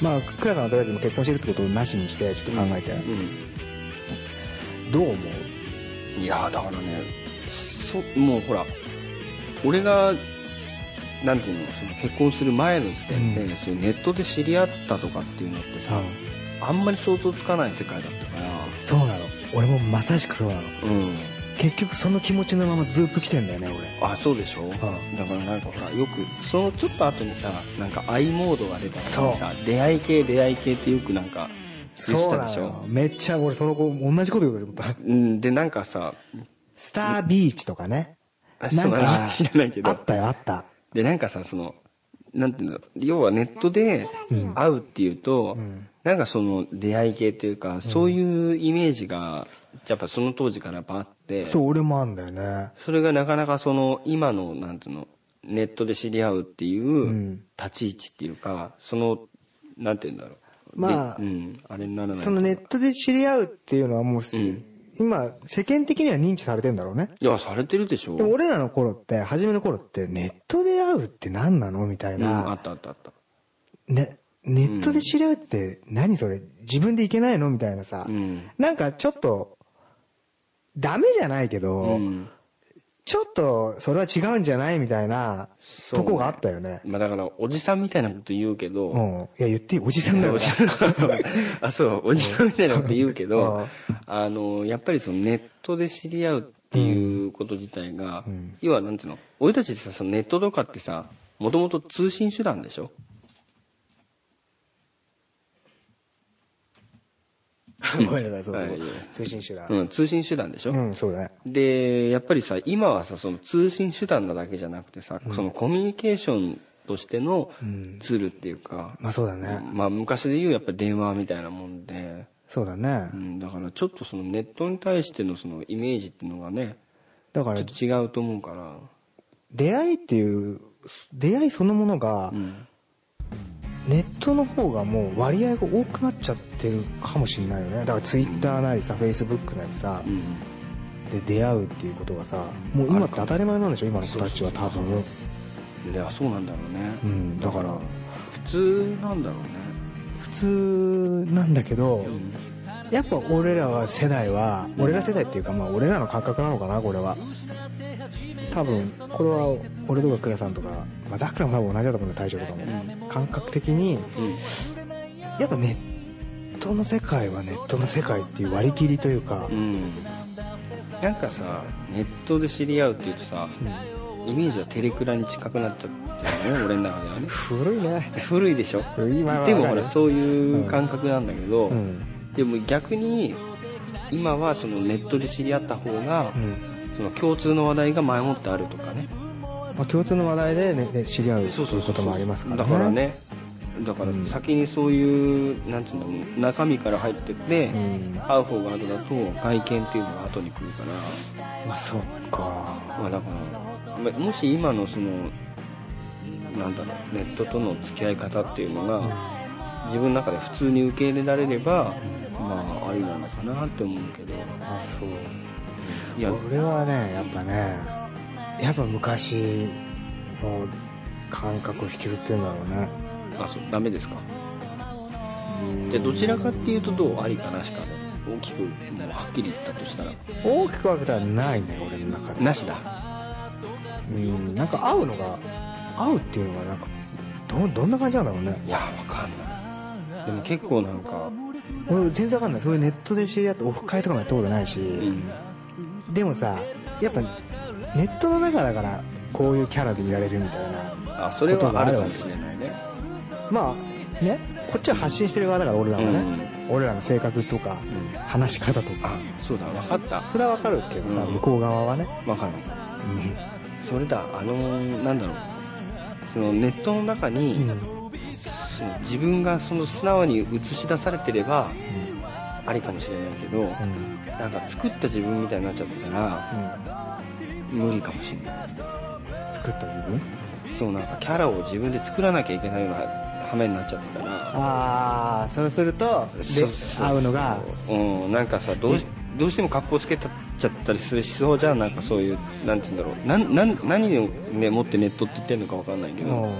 [SPEAKER 4] まあ倉さんはとりあえずもう結婚してるってことをなしにしてちょっと考えて、
[SPEAKER 3] うん
[SPEAKER 4] どう思う
[SPEAKER 3] いやーだからねそもうほら俺がなんていうのその結婚する前の時点で、
[SPEAKER 4] うん
[SPEAKER 3] そういうネットで知り合ったとかっていうのってさ、あんまり想像つかない世界だったから
[SPEAKER 4] そうなの俺もまさしくそうなの
[SPEAKER 3] うん
[SPEAKER 4] 結局その気持ちのままずっと来てんだよね俺
[SPEAKER 3] あそうでしょ、だからなんかほらよくそのちょっと後にさなんかアイモードが出た時にさ出会い系出会い系ってよくなんか
[SPEAKER 4] そう
[SPEAKER 3] で
[SPEAKER 4] な
[SPEAKER 3] し
[SPEAKER 4] の
[SPEAKER 3] ょ
[SPEAKER 4] めっちゃ俺その子同じこと言うかと思った
[SPEAKER 3] うんでなんかさ
[SPEAKER 4] スタービーチとかね
[SPEAKER 3] あ
[SPEAKER 4] なん
[SPEAKER 3] そうな
[SPEAKER 4] か
[SPEAKER 3] の知らないけど
[SPEAKER 4] あったよあった
[SPEAKER 3] でなんかさそのなんていうの要はネットで会うっていうと、なんかその出会い系というか、そういうイメージがやっぱその当時からやっぱあって
[SPEAKER 4] そう俺もあんだよね
[SPEAKER 3] それがなかなかその今のなんていうのネットで知り合うっていうん立ち位置っていうか、そのなんていうんだろう
[SPEAKER 4] まあ
[SPEAKER 3] でうん、あれにならない
[SPEAKER 4] そのネットで知り合うっていうのはもう、
[SPEAKER 3] ん
[SPEAKER 4] 今世間的には認知されてんだろうね
[SPEAKER 3] いやされてるでしょ
[SPEAKER 4] でも俺らの頃って初めの頃ってネットで会うって何なのみたい
[SPEAKER 3] うん、あ
[SPEAKER 4] な
[SPEAKER 3] っ、たあったあった
[SPEAKER 4] ね、ネットで知り合うって何それ自分でいけないのみたいなさ、
[SPEAKER 3] うん
[SPEAKER 4] なんかちょっとダメじゃないけど、
[SPEAKER 3] うん
[SPEAKER 4] ちょっとそれは違うんじゃないみたいな
[SPEAKER 3] そう
[SPEAKER 4] と
[SPEAKER 3] ね
[SPEAKER 4] こがあったよね
[SPEAKER 3] まあだからおじさんみたいなこと言うけど、
[SPEAKER 4] うんいや言っていいおじさんだよ
[SPEAKER 3] お
[SPEAKER 4] 俺
[SPEAKER 3] じさんあ、そう、おじさんみたいなこと言うけ
[SPEAKER 4] う
[SPEAKER 3] ど
[SPEAKER 4] ん、
[SPEAKER 3] あの、やっぱりそのネットで知り合うっていうこと自体が、
[SPEAKER 4] ん
[SPEAKER 3] 要はなんていうの、俺たちってさ、そのネットとかってさ、もともと通信手段でしょ
[SPEAKER 4] ごめんなさいそうそう、
[SPEAKER 3] はいはい
[SPEAKER 4] 通信手段
[SPEAKER 3] うん、通信手段でしょ、
[SPEAKER 4] うん、そうだね
[SPEAKER 3] で、やっぱりさ、今はさ、その通信手段なだけじゃなくてさ、そのコミュニケーションとしての
[SPEAKER 4] ん
[SPEAKER 3] ツールっていうか、
[SPEAKER 4] まあそうだね、
[SPEAKER 3] まあ昔で言うやっぱ電話みたいなもんで、
[SPEAKER 4] そうだね、
[SPEAKER 3] うん、だからちょっとそのネットに対してのそのイメージっていうのがね、
[SPEAKER 4] だから
[SPEAKER 3] ちょっと違うと思うから、
[SPEAKER 4] 出会いっていう出会いそのものが、
[SPEAKER 3] うん、
[SPEAKER 4] ネットの方がもう割合が多くなっちゃってるかもしれないよねだからツイッターなりさ、フェイスブックなりさ、
[SPEAKER 3] うん、
[SPEAKER 4] で出会うっていうことがさもう今って当たり前なんでしょ今の子たちは多分
[SPEAKER 3] いやそうなんだろうね、
[SPEAKER 4] うんだから
[SPEAKER 3] 普通なんだろうね
[SPEAKER 4] 普通なんだけどやっぱ俺らは世代は俺ら世代っていうかまあ俺らの感覚なのかなこれは多分これは俺とか倉さんとか、まあ、ザックさんも多分同じだと思うんだよ大将とかも感覚的に
[SPEAKER 3] うん
[SPEAKER 4] やっぱネットの世界はネットの世界っていう割り切りというか、
[SPEAKER 3] うんなんかさネットで知り合うっていうとさ、イメージはテレクラに近くなっちゃったよね俺の中ではね
[SPEAKER 4] 古いね
[SPEAKER 3] 古いでしょ
[SPEAKER 4] 古いわわか
[SPEAKER 3] で
[SPEAKER 4] る
[SPEAKER 3] もほらそういう感覚なんだけど、
[SPEAKER 4] うん
[SPEAKER 3] でも逆に今はそのネットで知り合った方が、
[SPEAKER 4] うん
[SPEAKER 3] その共通の話題が前もってあるとかね
[SPEAKER 4] まあ、共通の話題で、ねね知り合うということもありますからね
[SPEAKER 3] だからねだから
[SPEAKER 4] うん
[SPEAKER 3] 先にそういう、なんていうんだろう中身から入ってって、
[SPEAKER 4] うん
[SPEAKER 3] 会う方が後だと外見っていうのが後に来るから、
[SPEAKER 4] まあそっか
[SPEAKER 3] まあ、だからまあもし今のそのなんだろうネットとの付き合い方っていうのが自分の中で普通に受け入れられれば、まあありなのかなって思うけど
[SPEAKER 4] あそう
[SPEAKER 3] いや
[SPEAKER 4] 俺はねやっぱねやっぱ昔の感覚を引きずってるんだろうね
[SPEAKER 3] あそうダメですかじゃあどちらかっていうとどうありかなしかね大きくならはっきり言ったとしたら
[SPEAKER 4] 大きく分けたらないね俺の中で
[SPEAKER 3] なしだ
[SPEAKER 4] うんなんか合うのが合うっていうのがなんかどどんな感じなんだろうね
[SPEAKER 3] いやわかんないでも結構なんか
[SPEAKER 4] 俺全然分かんないそういうネットで知り合ってオフ会とかもやったことないし、
[SPEAKER 3] うん
[SPEAKER 4] でもさやっぱネットの中だからこういうキャラでいられるみたいな
[SPEAKER 3] あそれはあるかもしれないね
[SPEAKER 4] まあねこっちは発信してる側だから俺らはね、俺らの性格とか、話し方とか
[SPEAKER 3] あそうだわかった
[SPEAKER 4] それはわかるけどさ、
[SPEAKER 3] うん
[SPEAKER 4] 向こう側はね、
[SPEAKER 3] わかるそれだあのーなんだろうそのネットの中に、その自分がその素直に映し出されてれば、ありかもしれないけど、なんか作った自分みたいになっちゃってたら無理かもしれない
[SPEAKER 4] 作った自分
[SPEAKER 3] そうなんかキャラを自分で作らなきゃいけないような羽目になっちゃってたら
[SPEAKER 4] ああそうするとで
[SPEAKER 3] そうそうそう
[SPEAKER 4] 会うのが
[SPEAKER 3] うんなんかさどうしどうしても格好つけたっちゃったりするしそうじゃんなんかそういうなんて言うんだろうなんなん何を、ね、持ってネットって言ってるのかわかんないけど、
[SPEAKER 4] も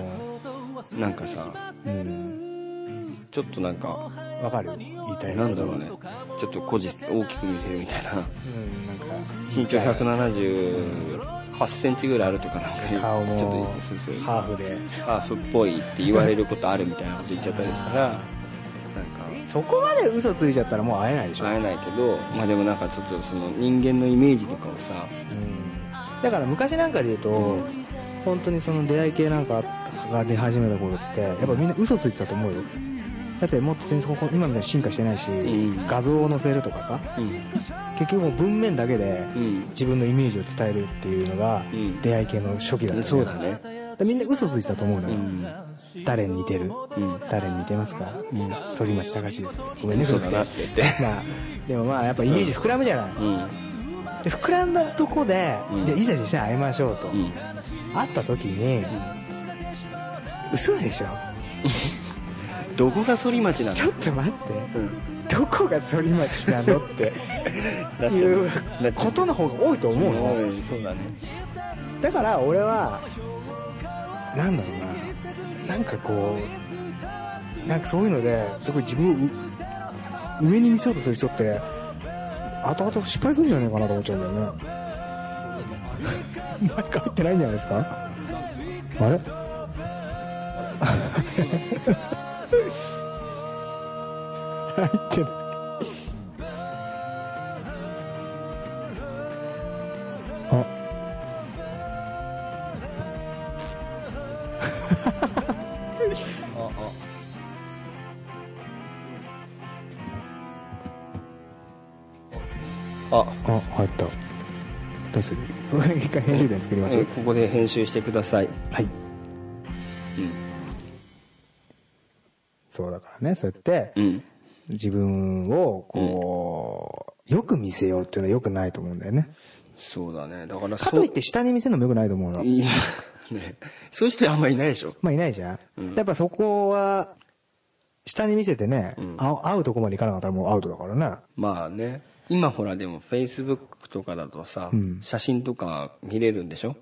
[SPEAKER 3] なんかさ
[SPEAKER 4] ううん
[SPEAKER 3] ちょっとなんか
[SPEAKER 4] わかるよ言いたいこと
[SPEAKER 3] なんだろうねちょっとこじ大きく見せるみたいな
[SPEAKER 4] うんなんか
[SPEAKER 3] 身長178センチぐらいあるとかなんかいう
[SPEAKER 4] 顔
[SPEAKER 3] ちょっ
[SPEAKER 4] も
[SPEAKER 3] とそうそう
[SPEAKER 4] ハーフで
[SPEAKER 3] ハーフっぽいって言われることあるみたいなこと言っちゃったりしたらなんか
[SPEAKER 4] そこまで嘘ついちゃったらもう会えないでしょ、
[SPEAKER 3] 会えないけどまあでもなんかちょっとその人間のイメージとかをさ
[SPEAKER 4] うんだから昔なんかで言うと、本当にその出会い系なんかが出始めた頃ってやっぱみんな嘘ついてたと思うよだってもっと全然ここ今みたいに進化してないし、
[SPEAKER 3] うん
[SPEAKER 4] 画像を載せるとかさ
[SPEAKER 3] うん
[SPEAKER 4] 結局もう文面だけで
[SPEAKER 3] うん
[SPEAKER 4] 自分のイメージを伝えるっていうのが
[SPEAKER 3] うん
[SPEAKER 4] 出会い系の初期だったよ
[SPEAKER 3] そうだね
[SPEAKER 4] でみんな嘘ついてたと思う
[SPEAKER 3] う
[SPEAKER 4] のよ、
[SPEAKER 3] ん
[SPEAKER 4] 誰に似てる、
[SPEAKER 3] うん
[SPEAKER 4] 誰に似てますか、
[SPEAKER 3] うん
[SPEAKER 4] 反町隆史ですごめんね
[SPEAKER 3] 嘘だな
[SPEAKER 4] 古く
[SPEAKER 3] って言って
[SPEAKER 4] まあでもまあやっぱイメージ膨らむじゃない、
[SPEAKER 3] うん
[SPEAKER 4] で膨らんだとこで、
[SPEAKER 3] うん
[SPEAKER 4] じゃあいざ実際会いましょうと、
[SPEAKER 3] うん
[SPEAKER 4] 会った時に、嘘でしょ
[SPEAKER 3] どこが反町なの
[SPEAKER 4] ちょっと待っ
[SPEAKER 3] うん
[SPEAKER 4] てどこが反町なのって
[SPEAKER 3] なっちゃう
[SPEAKER 4] いう
[SPEAKER 3] なっちゃう
[SPEAKER 4] ことの方が多いと思うの、
[SPEAKER 3] んそうだね
[SPEAKER 4] だから俺はなんだろうななんかこうなんかそういうのですごい自分をう上に見せようとする人って後々失敗するんじゃないかなと思っちゃうんだよねなんか入ってないんじゃないですかあれ入ってないあ
[SPEAKER 3] あ
[SPEAKER 4] あ入ったどうする一回編集点作ります、
[SPEAKER 3] うんここで編集してください
[SPEAKER 4] はいそうだからねそうやって
[SPEAKER 3] うんうん
[SPEAKER 4] 自分をこう、よく見せようっていうのはよくないと思うんだよね
[SPEAKER 3] そうだねだからそ
[SPEAKER 4] か
[SPEAKER 3] う
[SPEAKER 4] といって下に見せるのもよくないと思うの
[SPEAKER 3] いやねそういう人あんまいないでしょ
[SPEAKER 4] まあいないじゃん、
[SPEAKER 3] うん
[SPEAKER 4] やっぱそこは下に見せてね、
[SPEAKER 3] うん
[SPEAKER 4] あ会うとこまで行かなかったらもうアウトだからね
[SPEAKER 3] まあね今ほらでもフェイスブックとかだとさ、
[SPEAKER 4] うん
[SPEAKER 3] 写真とか見れるんでしょ、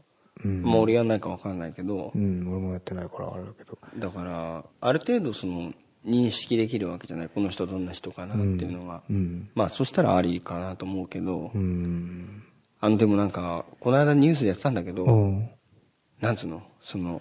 [SPEAKER 4] うん
[SPEAKER 3] もう俺やんないか分かんないけど
[SPEAKER 4] う、ん俺もやってないからあれだけど
[SPEAKER 3] だからある程度その認識できるわけじゃないこの人どんな人かなっていうのが、
[SPEAKER 4] うん
[SPEAKER 3] まあそしたらありかなと思うけど、
[SPEAKER 4] うん
[SPEAKER 3] あのでもなんかこの間ニュースでやってたんだけど、
[SPEAKER 4] うん
[SPEAKER 3] なんつうのその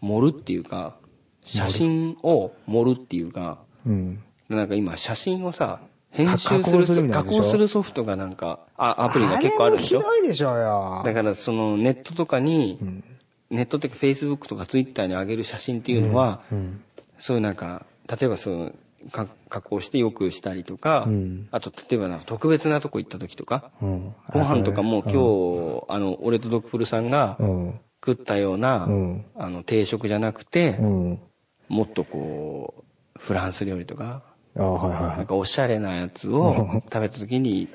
[SPEAKER 3] 盛るっていうか写真を盛るっていうか
[SPEAKER 4] うん
[SPEAKER 3] なんか今写真をさ編集
[SPEAKER 4] 加
[SPEAKER 3] する
[SPEAKER 4] 工するみた
[SPEAKER 3] 加
[SPEAKER 4] いなやつでしょ
[SPEAKER 3] 工するソフトがなんかあアプリが結構あるでしょ
[SPEAKER 4] あれもひどいでしょうよ
[SPEAKER 3] だからそのネットとかに、
[SPEAKER 4] ん
[SPEAKER 3] ネットっていうかフェイスブックとかツイッターに上げる写真っていうのは、
[SPEAKER 4] うん
[SPEAKER 3] そういうなんか例えばそのか加工してよくしたりとか、
[SPEAKER 4] うん
[SPEAKER 3] あと例えばなんか特別なとこ行った時とか、
[SPEAKER 4] うん
[SPEAKER 3] ご飯とかも今日、あの俺とドクプルさんが
[SPEAKER 4] うん
[SPEAKER 3] 食ったような、
[SPEAKER 4] うん
[SPEAKER 3] あの定食じゃなくて、
[SPEAKER 4] うん
[SPEAKER 3] もっとこうフランス料理とか
[SPEAKER 4] あはいはいは
[SPEAKER 3] なん
[SPEAKER 4] い
[SPEAKER 3] かおしゃれなやつ
[SPEAKER 4] うん
[SPEAKER 3] を食べた時に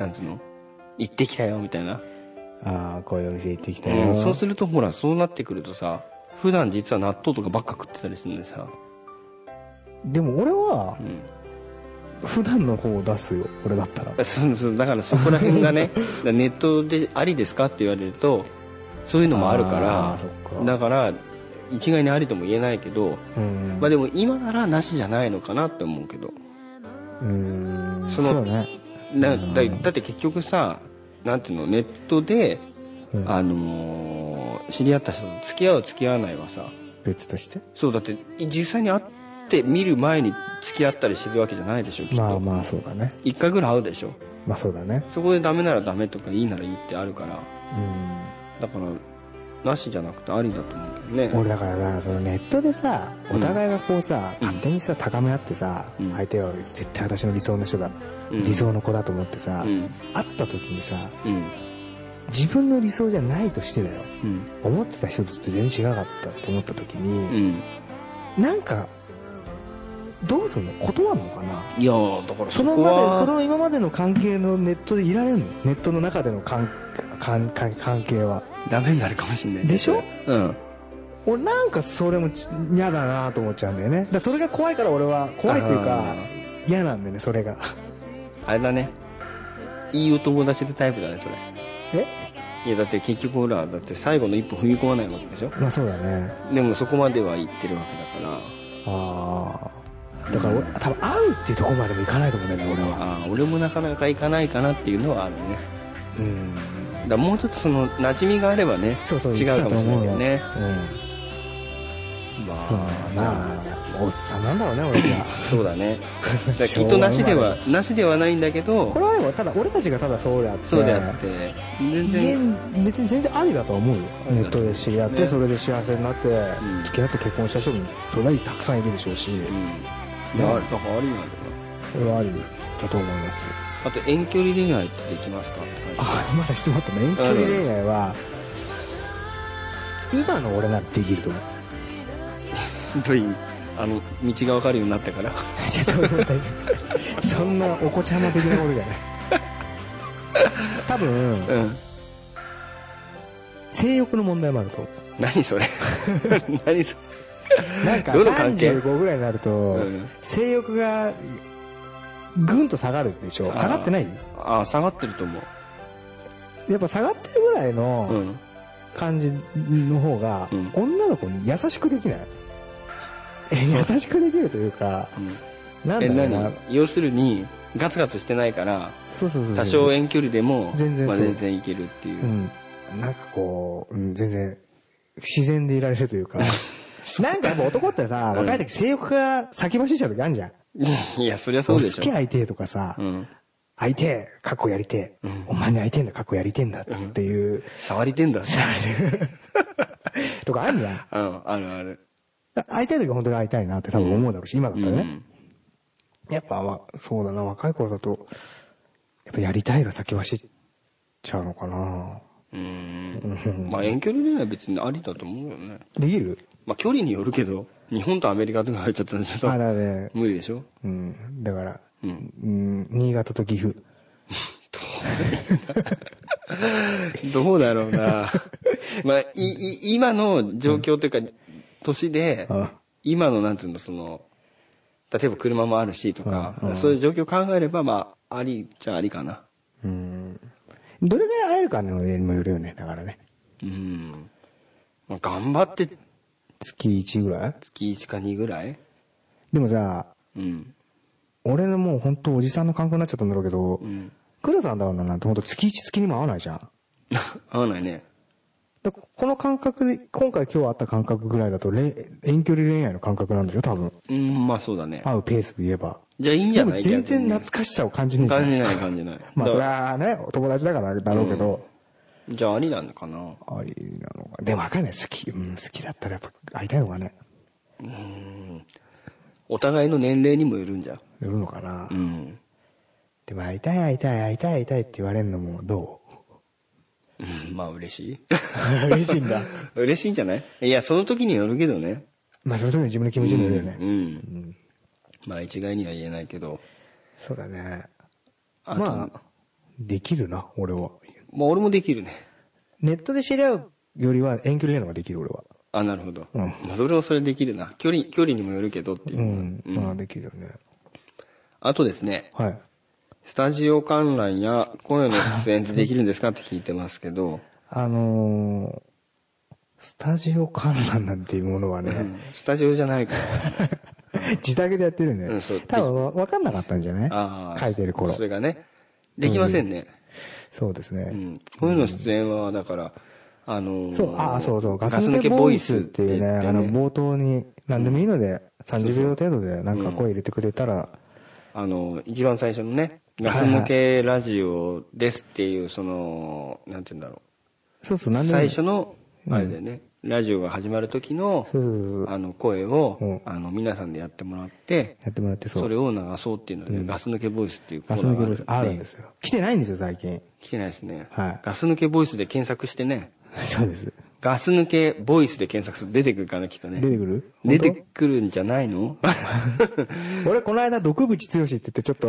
[SPEAKER 3] なんつうの行ってきたよみたいな。
[SPEAKER 4] ああこういうお店行ってきた
[SPEAKER 3] う
[SPEAKER 4] よ
[SPEAKER 3] ん、そうするとほらそうなってくるとさ普段実は納豆とかばっか食ってたりするんでさ、
[SPEAKER 4] でも俺は
[SPEAKER 3] うん
[SPEAKER 4] 普段の方を出すよ俺だったら
[SPEAKER 3] そうそうだからそこら辺が ねだからネットでありですかって言われるとそういうのもあるか
[SPEAKER 4] あーそっ
[SPEAKER 3] ら
[SPEAKER 4] か
[SPEAKER 3] だから一概にありとも言えないけど、
[SPEAKER 4] うん
[SPEAKER 3] まあ、でも今ならなしじゃないのかなって思うけど
[SPEAKER 4] うん
[SPEAKER 3] その
[SPEAKER 4] そうね
[SPEAKER 3] なだだって結局さなんていうのネットで、
[SPEAKER 4] うん
[SPEAKER 3] あのー知り合った人と付き合う付き合わないはさ
[SPEAKER 4] 別として
[SPEAKER 3] そうだって実際に会って見る前に付き合ったりしてるわけじゃないでしょきっと、
[SPEAKER 4] まあまあそうだね
[SPEAKER 3] 1回ぐらい会うでしょ
[SPEAKER 4] まあそうだね
[SPEAKER 3] そこでダメならダメとかいいならいいってあるから
[SPEAKER 4] う
[SPEAKER 3] だからなしじゃなくてありだと思うけどね
[SPEAKER 4] ん俺だからさそのネットでさお互いがこうさ、勝手にさ高め合ってさ、
[SPEAKER 3] うん
[SPEAKER 4] 相手は絶対私の理想の人だ、
[SPEAKER 3] うん
[SPEAKER 4] 理想の子だと思ってさ、
[SPEAKER 3] うん
[SPEAKER 4] 会った時にさ
[SPEAKER 3] うん
[SPEAKER 4] 自分の理想じゃないとしてだよ
[SPEAKER 3] うん
[SPEAKER 4] 思ってた人と全然違かったって思った時
[SPEAKER 3] う
[SPEAKER 4] に、
[SPEAKER 3] ん
[SPEAKER 4] なんかどうすんの断るのかない
[SPEAKER 3] やーだから
[SPEAKER 4] そ
[SPEAKER 3] そ
[SPEAKER 4] の
[SPEAKER 3] こ
[SPEAKER 4] まで
[SPEAKER 3] は
[SPEAKER 4] その今までの関係のネットでいられんのネットの中での関関関関係は
[SPEAKER 3] ダメになるかもしれない
[SPEAKER 4] でしょ
[SPEAKER 3] うん
[SPEAKER 4] 俺なんかそれもち嫌だなと思っちゃうんだよねだからそれが怖いから俺は怖いっていうか
[SPEAKER 3] あ
[SPEAKER 4] 嫌なんだよねそれが
[SPEAKER 3] あれだねいいお友達でタイプだねそれ
[SPEAKER 4] え
[SPEAKER 3] いやだって結局ほらだって最後の一歩踏み込まないわけでしょ
[SPEAKER 4] まあそうだね
[SPEAKER 3] でもそこまでは行ってるわけだから
[SPEAKER 4] ああだから俺多分会うっていうところまでもいかないと思うんだよね俺は
[SPEAKER 3] あー俺もなかなか行かないかなっていうのはあるね
[SPEAKER 4] うん
[SPEAKER 3] だからもうちょっとその馴染みがあればね
[SPEAKER 4] そうそう
[SPEAKER 3] 違うかもしれないけどね
[SPEAKER 4] うん
[SPEAKER 3] ま
[SPEAKER 4] そうだな
[SPEAKER 3] じゃあ
[SPEAKER 4] おっさんなんだろうね俺じゃ
[SPEAKER 3] そう だねだからき
[SPEAKER 4] 昭和
[SPEAKER 3] っとなしではなしではないんだけど
[SPEAKER 4] これはでもただ俺たちがただそうであって
[SPEAKER 3] そうであって全然
[SPEAKER 4] 現別に全然ありだとは思うよネットで知り合って、
[SPEAKER 3] ね
[SPEAKER 4] それで幸せになって、
[SPEAKER 3] ん
[SPEAKER 4] 付き合って結婚した人もそれはたくさんいるでしょうし、
[SPEAKER 3] うんいやだからありなんだよ
[SPEAKER 4] それはありだと思います
[SPEAKER 3] あと遠距離恋愛ってできますか
[SPEAKER 4] あまだ質問あったね遠距離恋愛は今の俺ならでき ると思う
[SPEAKER 3] どういうあの道が分かるようになった から
[SPEAKER 4] じゃあそれは大丈夫 そんなお子ちゃま的なことじゃない多分
[SPEAKER 3] うん
[SPEAKER 4] 性欲の問題もあると思
[SPEAKER 3] 何そ れ何それ
[SPEAKER 4] うなんか
[SPEAKER 3] どの関係
[SPEAKER 4] 35ぐらいになると、
[SPEAKER 3] ん
[SPEAKER 4] 性欲がぐんと下がるでしょ
[SPEAKER 3] あー
[SPEAKER 4] 下がってない
[SPEAKER 3] ああ下がってると思う
[SPEAKER 4] やっぱ下がってるぐらいうの
[SPEAKER 3] ん
[SPEAKER 4] 感じの方が、
[SPEAKER 3] うん
[SPEAKER 4] 女の子に優しくできないえ優しくできるというか
[SPEAKER 3] うん
[SPEAKER 4] なんだ
[SPEAKER 3] え
[SPEAKER 4] ろう
[SPEAKER 3] 何
[SPEAKER 4] な
[SPEAKER 3] 要するにガツガツしてないから
[SPEAKER 4] そうそうそう
[SPEAKER 3] 多少遠距離でも
[SPEAKER 4] 全然
[SPEAKER 3] まあ、
[SPEAKER 4] そう
[SPEAKER 3] 全然いけるっていう、
[SPEAKER 4] うんなんかこう、うん、全然自然でいられるという かなんかやっぱ男ってさ、
[SPEAKER 3] ん
[SPEAKER 4] 若い時性欲が先走っちゃう時あるじゃん
[SPEAKER 3] いやそりゃそ
[SPEAKER 4] 好
[SPEAKER 3] うでし
[SPEAKER 4] き
[SPEAKER 3] ょ
[SPEAKER 4] 相手とかさ、
[SPEAKER 3] うん、
[SPEAKER 4] 相手かっこやりて、
[SPEAKER 3] う
[SPEAKER 4] え
[SPEAKER 3] ん
[SPEAKER 4] お前に相手んだかっこやりてんだっていう、
[SPEAKER 3] 触りてんだ
[SPEAKER 4] とかあるじゃん
[SPEAKER 3] うんあるある
[SPEAKER 4] 会いたい時は本当に会いたいなって多分思うだろうし、今だったら
[SPEAKER 3] う
[SPEAKER 4] ね
[SPEAKER 3] ん。
[SPEAKER 4] やっぱ、まあ、そうだな、若い頃だと、やっぱやりたいが先走っちゃうのかな
[SPEAKER 3] うんまあ遠距離恋愛は別にありだと思うよね
[SPEAKER 4] できる
[SPEAKER 3] まあ距離によるけど日本とアメリカとか入っちゃったらちょっ
[SPEAKER 4] あ、だか
[SPEAKER 3] と
[SPEAKER 4] らね、
[SPEAKER 3] 無理でしょ
[SPEAKER 4] うん、だから、
[SPEAKER 3] う
[SPEAKER 4] うんん、新潟と岐阜。
[SPEAKER 3] どうだろう なまあいい今の状況というか年で
[SPEAKER 4] うん
[SPEAKER 3] 今のなんていうのその例えば車もあるしとか
[SPEAKER 4] うんうん
[SPEAKER 3] そういう状況を考えればまあありっちゃありかな
[SPEAKER 4] うん。どれぐらい会えるかのにもよるよね、だからね。
[SPEAKER 3] うんまあ頑張って
[SPEAKER 4] 月1ぐらい
[SPEAKER 3] 月1か2ぐらい
[SPEAKER 4] でもさ、
[SPEAKER 3] うん
[SPEAKER 4] 俺のもう本当おじさんの感覚になっちゃったんだろうけど
[SPEAKER 3] う、ん
[SPEAKER 4] 倉さんだろうななんて本当月1月にも会わないじゃん。
[SPEAKER 3] 合わないね
[SPEAKER 4] だからこの感覚で、今回今日会った感覚ぐらいだと、れ遠距離恋愛の感覚なんだよ、多分。
[SPEAKER 3] うんまあそうだね
[SPEAKER 4] 会うペースで言えば。
[SPEAKER 3] じゃあいいんじゃない
[SPEAKER 4] でも全
[SPEAKER 3] 逆に
[SPEAKER 4] 然懐かしさを感じない
[SPEAKER 3] 感じない感じない
[SPEAKER 4] まあそれ
[SPEAKER 3] だか
[SPEAKER 4] はね、お友達だからだろうけど、
[SPEAKER 3] らじゃあありなのかな
[SPEAKER 4] ありなのか。でもわかんない。好き、うん、好きだったらやっぱ会いたいのかね。
[SPEAKER 3] お互いの年齢にもよるんじゃん
[SPEAKER 4] いるのかな。
[SPEAKER 3] うん
[SPEAKER 4] でも会いたい会いたい会いたい会いたいって言われるのもど
[SPEAKER 3] うんまあ嬉しい
[SPEAKER 4] う 嬉しいんだ。
[SPEAKER 3] 嬉しいんじゃないいやその時によるけどね
[SPEAKER 4] まあそれとも自分の気持ちもいるよね。
[SPEAKER 3] うん、まあ一概には言えないけど
[SPEAKER 4] そうだね。
[SPEAKER 3] あと
[SPEAKER 4] まあ、できるな、俺は。
[SPEAKER 3] まあ俺もできるね
[SPEAKER 4] ネットで知り合うよりは遠距離恋愛の方ができる、俺は。
[SPEAKER 3] あなるほど、
[SPEAKER 4] うん
[SPEAKER 3] まあそれはそれできるな距離距離にもよるけどっていうう、
[SPEAKER 4] ん。
[SPEAKER 3] うん
[SPEAKER 4] まあできるよね。
[SPEAKER 3] あとですね
[SPEAKER 4] はい。
[SPEAKER 3] スタジオ観覧や声の出演できるんですかって聞いてますけど、
[SPEAKER 4] あのー、スタジオ観覧なんていうものはね、
[SPEAKER 3] うんスタジオじゃないから
[SPEAKER 4] 自宅でやってるんで、
[SPEAKER 3] うんそう
[SPEAKER 4] 多分分かんなかったんじゃな
[SPEAKER 3] あ
[SPEAKER 4] い
[SPEAKER 3] あ
[SPEAKER 4] 書いてる頃
[SPEAKER 3] そ。れがねできませんね、
[SPEAKER 4] そうですね。
[SPEAKER 3] うん、こういうの出演はだから、あのー
[SPEAKER 4] そう、ああ、そうそう、ガス抜けボイスっていうね、
[SPEAKER 3] ガス抜け
[SPEAKER 4] あ
[SPEAKER 3] ボ
[SPEAKER 4] の、
[SPEAKER 3] イスって言ってね
[SPEAKER 4] 冒頭に何でもいいので、30秒程度でなんか声入れてくれたら、
[SPEAKER 3] あの一番最初のねガス抜けラジオですっていうそのなんて言うんだろ
[SPEAKER 4] そうそう、
[SPEAKER 3] う
[SPEAKER 4] 何でもい
[SPEAKER 3] 最
[SPEAKER 4] い
[SPEAKER 3] 初のあれだよね、ラジオが始まる時の
[SPEAKER 4] そうそうそう、
[SPEAKER 3] あの声を、
[SPEAKER 4] うん
[SPEAKER 3] あの皆さんでやってもらって
[SPEAKER 4] やってもらって、
[SPEAKER 3] そ
[SPEAKER 4] そう
[SPEAKER 3] れ。を流そうっていうので、ガス抜けボイスっていうコ
[SPEAKER 4] ガ
[SPEAKER 3] ーナ
[SPEAKER 4] ス
[SPEAKER 3] ー
[SPEAKER 4] 抜
[SPEAKER 3] が
[SPEAKER 4] けボイスあるんです
[SPEAKER 3] ね
[SPEAKER 4] よ。来てないんですよ、最近。
[SPEAKER 3] 来てないですね、
[SPEAKER 4] はい
[SPEAKER 3] ガス抜けボイスで検索してね
[SPEAKER 4] そうです。
[SPEAKER 3] ガス抜けボイスで検索すると出てくるかなきっとね
[SPEAKER 4] 出てくる
[SPEAKER 3] 出てくるんじゃないの
[SPEAKER 4] 俺、この間、毒淵剛って言って、ちょっと、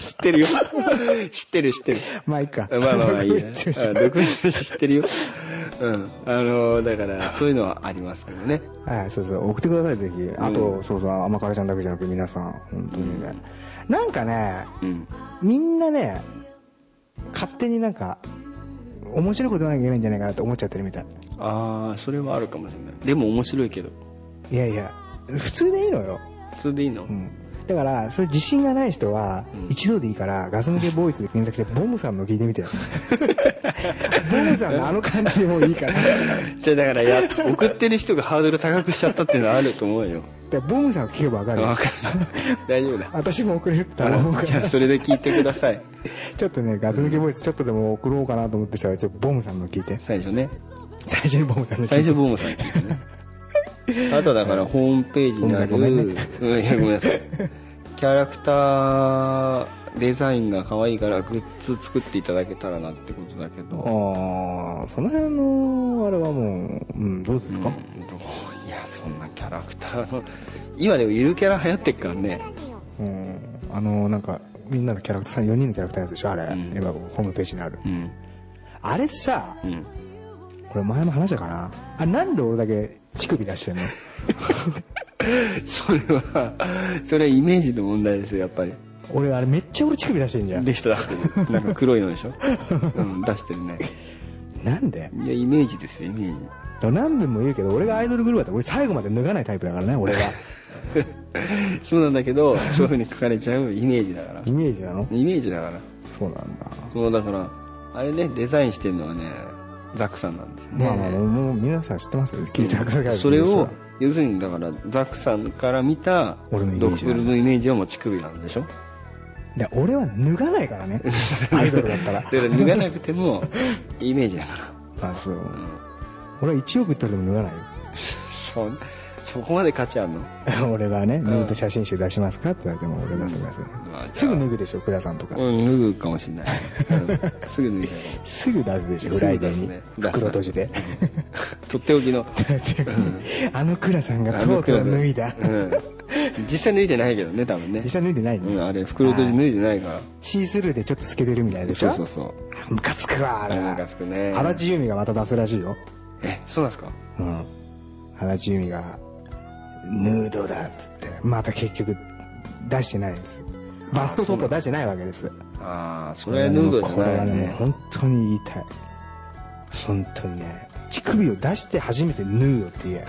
[SPEAKER 3] 知ってるよ。 知ってる知ってる。
[SPEAKER 4] まあいいか。
[SPEAKER 3] まあまあまあいい
[SPEAKER 4] 毒
[SPEAKER 3] ね。
[SPEAKER 4] 淵剛
[SPEAKER 3] うん独立知ってるよ。うん。あのだから、そういうのはありますけどね。
[SPEAKER 4] はい、そうそう、送ってください、ぜひ。あと、そうそう、甘辛ちゃんだけじゃなく皆さん、本当にね。なんかね、
[SPEAKER 3] うん。
[SPEAKER 4] みんなね、勝手になんか、面白いこと言わなきゃいけないんじゃないかなって思っちゃってるみたい。
[SPEAKER 3] ああ、それはあるかもしれない。でも面白いけど。
[SPEAKER 4] いやいや、普通でいいのよ。
[SPEAKER 3] 普通でいいの、
[SPEAKER 4] うん。だからそういう自信がない人は
[SPEAKER 3] うん
[SPEAKER 4] 一度でいいからガス抜けボーイスで検索してボムさんの聞い てみてよボムさんのあの感じでもういいから
[SPEAKER 3] じゃあだからや、送ってる人がハードル高くしちゃったっていうのはあると思うよ。
[SPEAKER 4] でボムさんを聞けばわかるよ
[SPEAKER 3] わかる。大丈夫 だ。
[SPEAKER 4] 私も送れると思う
[SPEAKER 3] あ
[SPEAKER 4] か
[SPEAKER 3] じゃあ
[SPEAKER 4] ら
[SPEAKER 3] それで聞いてください。
[SPEAKER 4] ちょっとねガス抜けボーイスちょっとでも送ろうかなと思ってたらちょっとボムさんの聞いて
[SPEAKER 3] 最初ね。
[SPEAKER 4] 最初にボムさんの聞
[SPEAKER 3] 最
[SPEAKER 4] いて
[SPEAKER 3] 初ボムさん聞いてね。あとだからホームページにある、
[SPEAKER 4] ごめんな
[SPEAKER 3] うんいやごめんなさい。キャラクターデザインが可愛いからグッズ作っていただけたらなってことだけど。
[SPEAKER 4] ああその辺のあれはもう、うん、どうですか、
[SPEAKER 3] うんどういやそんなキャラクターの今でもゆるキャラ流行ってっからね
[SPEAKER 4] うん、あのなんかみんなのキャラクター4人のキャラクターのやつでしょあれ、
[SPEAKER 3] ん
[SPEAKER 4] 今ホームページにある
[SPEAKER 3] うん
[SPEAKER 4] あれさ
[SPEAKER 3] うん
[SPEAKER 4] これ前も話したかなあなんで俺だけ乳首出し てんの
[SPEAKER 3] それはそれはイメージの問題ですよやっぱり
[SPEAKER 4] 俺あれめっちゃ俺乳首出してんじゃん
[SPEAKER 3] で人出してるなんか黒いのでしょ、うん、出してるね
[SPEAKER 4] なんで
[SPEAKER 3] いやイメージですよイメージ
[SPEAKER 4] 何遍も言うけど俺がアイドルグループだって俺最後まで脱がないタイプだからね 俺は
[SPEAKER 3] そうなんだけどそういうふうに書かれちゃうイメージだから
[SPEAKER 4] イメージなの
[SPEAKER 3] イメージだから
[SPEAKER 4] そうなんだ、
[SPEAKER 3] そうだからあれねデザインしてるのはねザックさんなんですよね
[SPEAKER 4] まあまあもうもう皆さん知ってますよ聞いてください
[SPEAKER 3] それを要するにだからザックさんから見た
[SPEAKER 4] 俺のイメージなんだ
[SPEAKER 3] 俺のイメージはもう乳首なんでしょ
[SPEAKER 4] で俺は脱がな いからねアイドルだったら
[SPEAKER 3] だから脱がなくてもイメージだから
[SPEAKER 4] あ そう俺は1億いったらでも脱がないよ
[SPEAKER 3] そそこまで価値あるの
[SPEAKER 4] 俺がね、脱ぐと写真集出しますかって言われても俺出せますよね
[SPEAKER 3] まあじゃあ
[SPEAKER 4] すぐ脱ぐでしょ、倉さんとか。
[SPEAKER 3] うん脱ぐかもしれない、うんすぐ 脱いじゃう
[SPEAKER 4] すぐ出すでしょ、
[SPEAKER 3] す
[SPEAKER 4] フラ
[SPEAKER 3] ぐ
[SPEAKER 4] イデ
[SPEAKER 3] 出す
[SPEAKER 4] ー
[SPEAKER 3] ね
[SPEAKER 4] に。袋閉じで。
[SPEAKER 3] とっておきの
[SPEAKER 4] あの倉さんがとうとう脱いだ。
[SPEAKER 3] うん、実際脱いでないけどね多分ね
[SPEAKER 4] 実際脱いでない
[SPEAKER 3] うん、あ
[SPEAKER 4] ね。
[SPEAKER 3] れ袋閉じ脱いでないから
[SPEAKER 4] シースルーでちょっと透けてるみたいでし
[SPEAKER 3] そ
[SPEAKER 4] ょ
[SPEAKER 3] うそうそう
[SPEAKER 4] あムカつくわ、あれは。
[SPEAKER 3] ムカつくね
[SPEAKER 4] 原地由美がまた出すらしいよ。
[SPEAKER 3] えそうなんですか
[SPEAKER 4] うん。原地由美が、ヌードだっつって、また結局出してないんです。バストトップを出してないわけです。
[SPEAKER 3] ああそれはヌードじゃ
[SPEAKER 4] これ
[SPEAKER 3] な
[SPEAKER 4] はい
[SPEAKER 3] よ
[SPEAKER 4] ね
[SPEAKER 3] ね
[SPEAKER 4] 本当に言いたい本当にね乳首を出して初めてヌードって言 え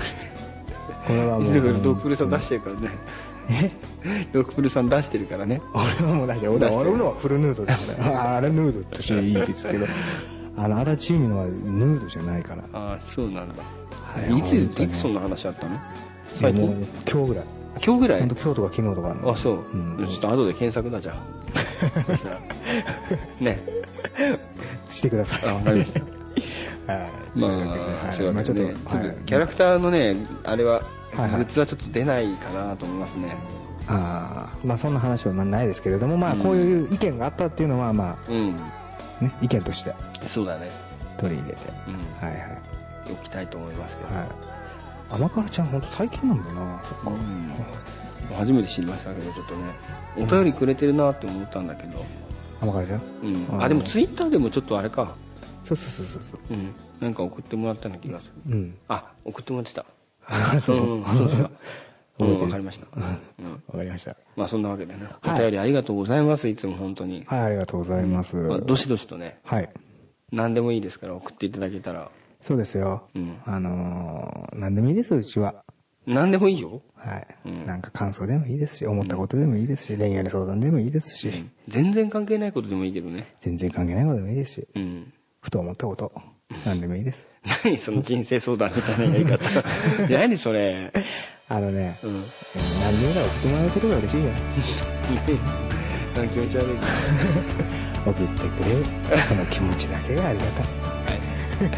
[SPEAKER 4] これはもう
[SPEAKER 3] だからドクプルさん出してるからね
[SPEAKER 4] え
[SPEAKER 3] ドクプルさん出してるからね
[SPEAKER 4] 俺はもう出して俺
[SPEAKER 3] 出してる
[SPEAKER 4] 俺のはフルヌードだから ああれヌードとしていいって言ってたけどあの足立由美のはヌードじゃないから
[SPEAKER 3] ああそうなんだ、
[SPEAKER 4] い
[SPEAKER 3] いつ
[SPEAKER 4] 本当に
[SPEAKER 3] いつそんな話あったの最
[SPEAKER 4] もう
[SPEAKER 3] 近
[SPEAKER 4] 今日ぐらい
[SPEAKER 3] 今日ぐらい
[SPEAKER 4] 本当今日とか昨日とかの
[SPEAKER 3] あそう、
[SPEAKER 4] ん
[SPEAKER 3] ちょっと後で検索だじゃあ そしたらね
[SPEAKER 4] してください
[SPEAKER 3] あわかりました
[SPEAKER 4] はい
[SPEAKER 3] ま
[SPEAKER 4] というわけで
[SPEAKER 3] あ
[SPEAKER 4] はい
[SPEAKER 3] そういう
[SPEAKER 4] ま
[SPEAKER 3] わ
[SPEAKER 4] あち
[SPEAKER 3] け
[SPEAKER 4] ょっ
[SPEAKER 3] で
[SPEAKER 4] と
[SPEAKER 3] ねちょっと
[SPEAKER 4] はい
[SPEAKER 3] キャラクターのねあれはグ
[SPEAKER 4] はいはい
[SPEAKER 3] ッズはちょっと出ないかなと思いますね
[SPEAKER 4] あーまあそんな話はまあないですけれどもまあこういう意見があったっていうのはま
[SPEAKER 3] うん
[SPEAKER 4] あね意見として
[SPEAKER 3] そうだね
[SPEAKER 4] 取り入れて
[SPEAKER 3] うん
[SPEAKER 4] はいはい
[SPEAKER 3] 置きたいと思いますけど、
[SPEAKER 4] はい甘辛ちゃん本当最近なんだなそっか
[SPEAKER 3] うん初めて知りましたけどちょっとねお便りくれてるなって思ったんだけど、
[SPEAKER 4] 甘辛ちゃん
[SPEAKER 3] うん
[SPEAKER 4] うん
[SPEAKER 3] あでもツイッターでもちょっとあれか、
[SPEAKER 4] そうそうそうそう
[SPEAKER 3] うん、なんか送ってもらったような気がする
[SPEAKER 4] うん
[SPEAKER 3] あ送ってもらってた
[SPEAKER 4] あ そう
[SPEAKER 3] うんそうですか
[SPEAKER 4] 覚えて
[SPEAKER 3] う
[SPEAKER 4] る
[SPEAKER 3] んわかりました、うん
[SPEAKER 4] わかりました
[SPEAKER 3] まあそんなわけでね、
[SPEAKER 4] は
[SPEAKER 3] お
[SPEAKER 4] い
[SPEAKER 3] 便りありがとうございます、いつも本当に。
[SPEAKER 4] はいありがとうございます
[SPEAKER 3] まあどしどしとね、
[SPEAKER 4] はい
[SPEAKER 3] 何でもいいですから送っていただけたら、
[SPEAKER 4] そうですよ
[SPEAKER 3] うん
[SPEAKER 4] あのー何でもいいですうちは
[SPEAKER 3] 何でもいいよ。
[SPEAKER 4] はい
[SPEAKER 3] うん
[SPEAKER 4] なんか感想でもいいですし思ったことでもいいですし恋愛の相談でもいいですし
[SPEAKER 3] 全然関係ないことでもいいけどね。
[SPEAKER 4] 全然関係ないことでもいいですし
[SPEAKER 3] うん。
[SPEAKER 4] ふと思ったこと何でもいいです
[SPEAKER 3] 何その人生相談みたいな言い方。何それ。
[SPEAKER 4] あのね
[SPEAKER 3] うん。
[SPEAKER 4] 何でもいいから送ってもらうことが嬉しいよ
[SPEAKER 3] なんか気持ち悪いな。
[SPEAKER 4] 送ってくれるその気持ちだけがありがたい
[SPEAKER 3] はい。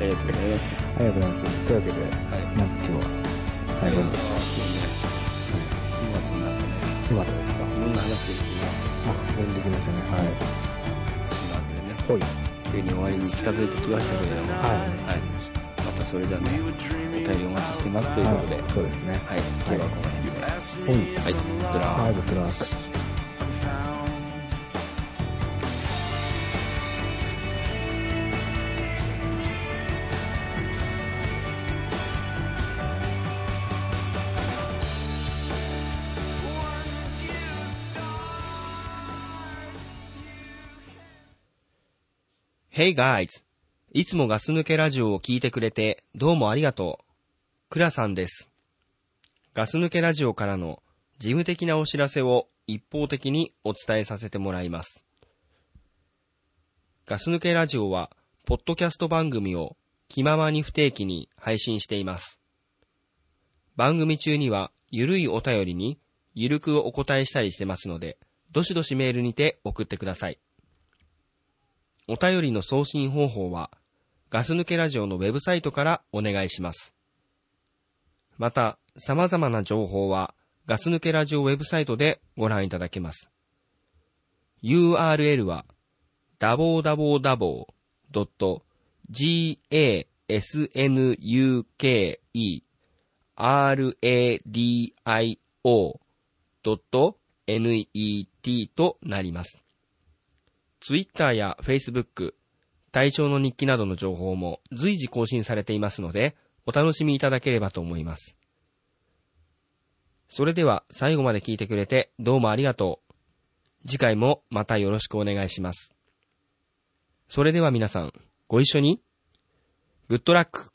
[SPEAKER 3] ありがとうございます。
[SPEAKER 4] ありがとうございます。というわけで、
[SPEAKER 3] い
[SPEAKER 4] なんか今日は最後に、
[SPEAKER 3] 今こんなね、
[SPEAKER 4] よかったですか。
[SPEAKER 3] いろんな話できてね
[SPEAKER 4] あ、呼んできましたね。は
[SPEAKER 3] そんなわけでね、
[SPEAKER 4] い。ほい。
[SPEAKER 3] 急に終わりに近づいてきましたけれども、
[SPEAKER 4] はい
[SPEAKER 3] はい。またそれじゃあね、お便りお待ちしてますということで、
[SPEAKER 4] はい。そうですね。
[SPEAKER 3] はい、今日はこの辺で。
[SPEAKER 4] ほい。
[SPEAKER 3] はい、ドラ
[SPEAKER 4] はい、僕らは。
[SPEAKER 5] Hey guys! いつもガス抜けラジオを聞いてくれてどうもありがとう。クラさんです。ガス抜けラジオからの
[SPEAKER 3] 事務的なお知らせを一方的にお伝えさせてもらいます。ガス抜けラジオは、ポッドキャスト番組を気ままに不定期に配信しています。番組中には、ゆるいお便りに、ゆるくお答えしたりしてますので、どしどしメールにて送ってください。お便りの送信方法は、ガス抜けラジオのウェブサイトからお願いします。また、様々な情報は、ガス抜けラジオウェブサイトでご覧いただけます。URL は、www.gasnukeradio.net となります。Twitter や Facebook、体調の日記などの情報も随時更新されていますので、お楽しみいただければと思います。それでは最後まで聞いてくれてどうもありがとう。次回もまたよろしくお願いします。それでは皆さん、ご一緒に、グッドラック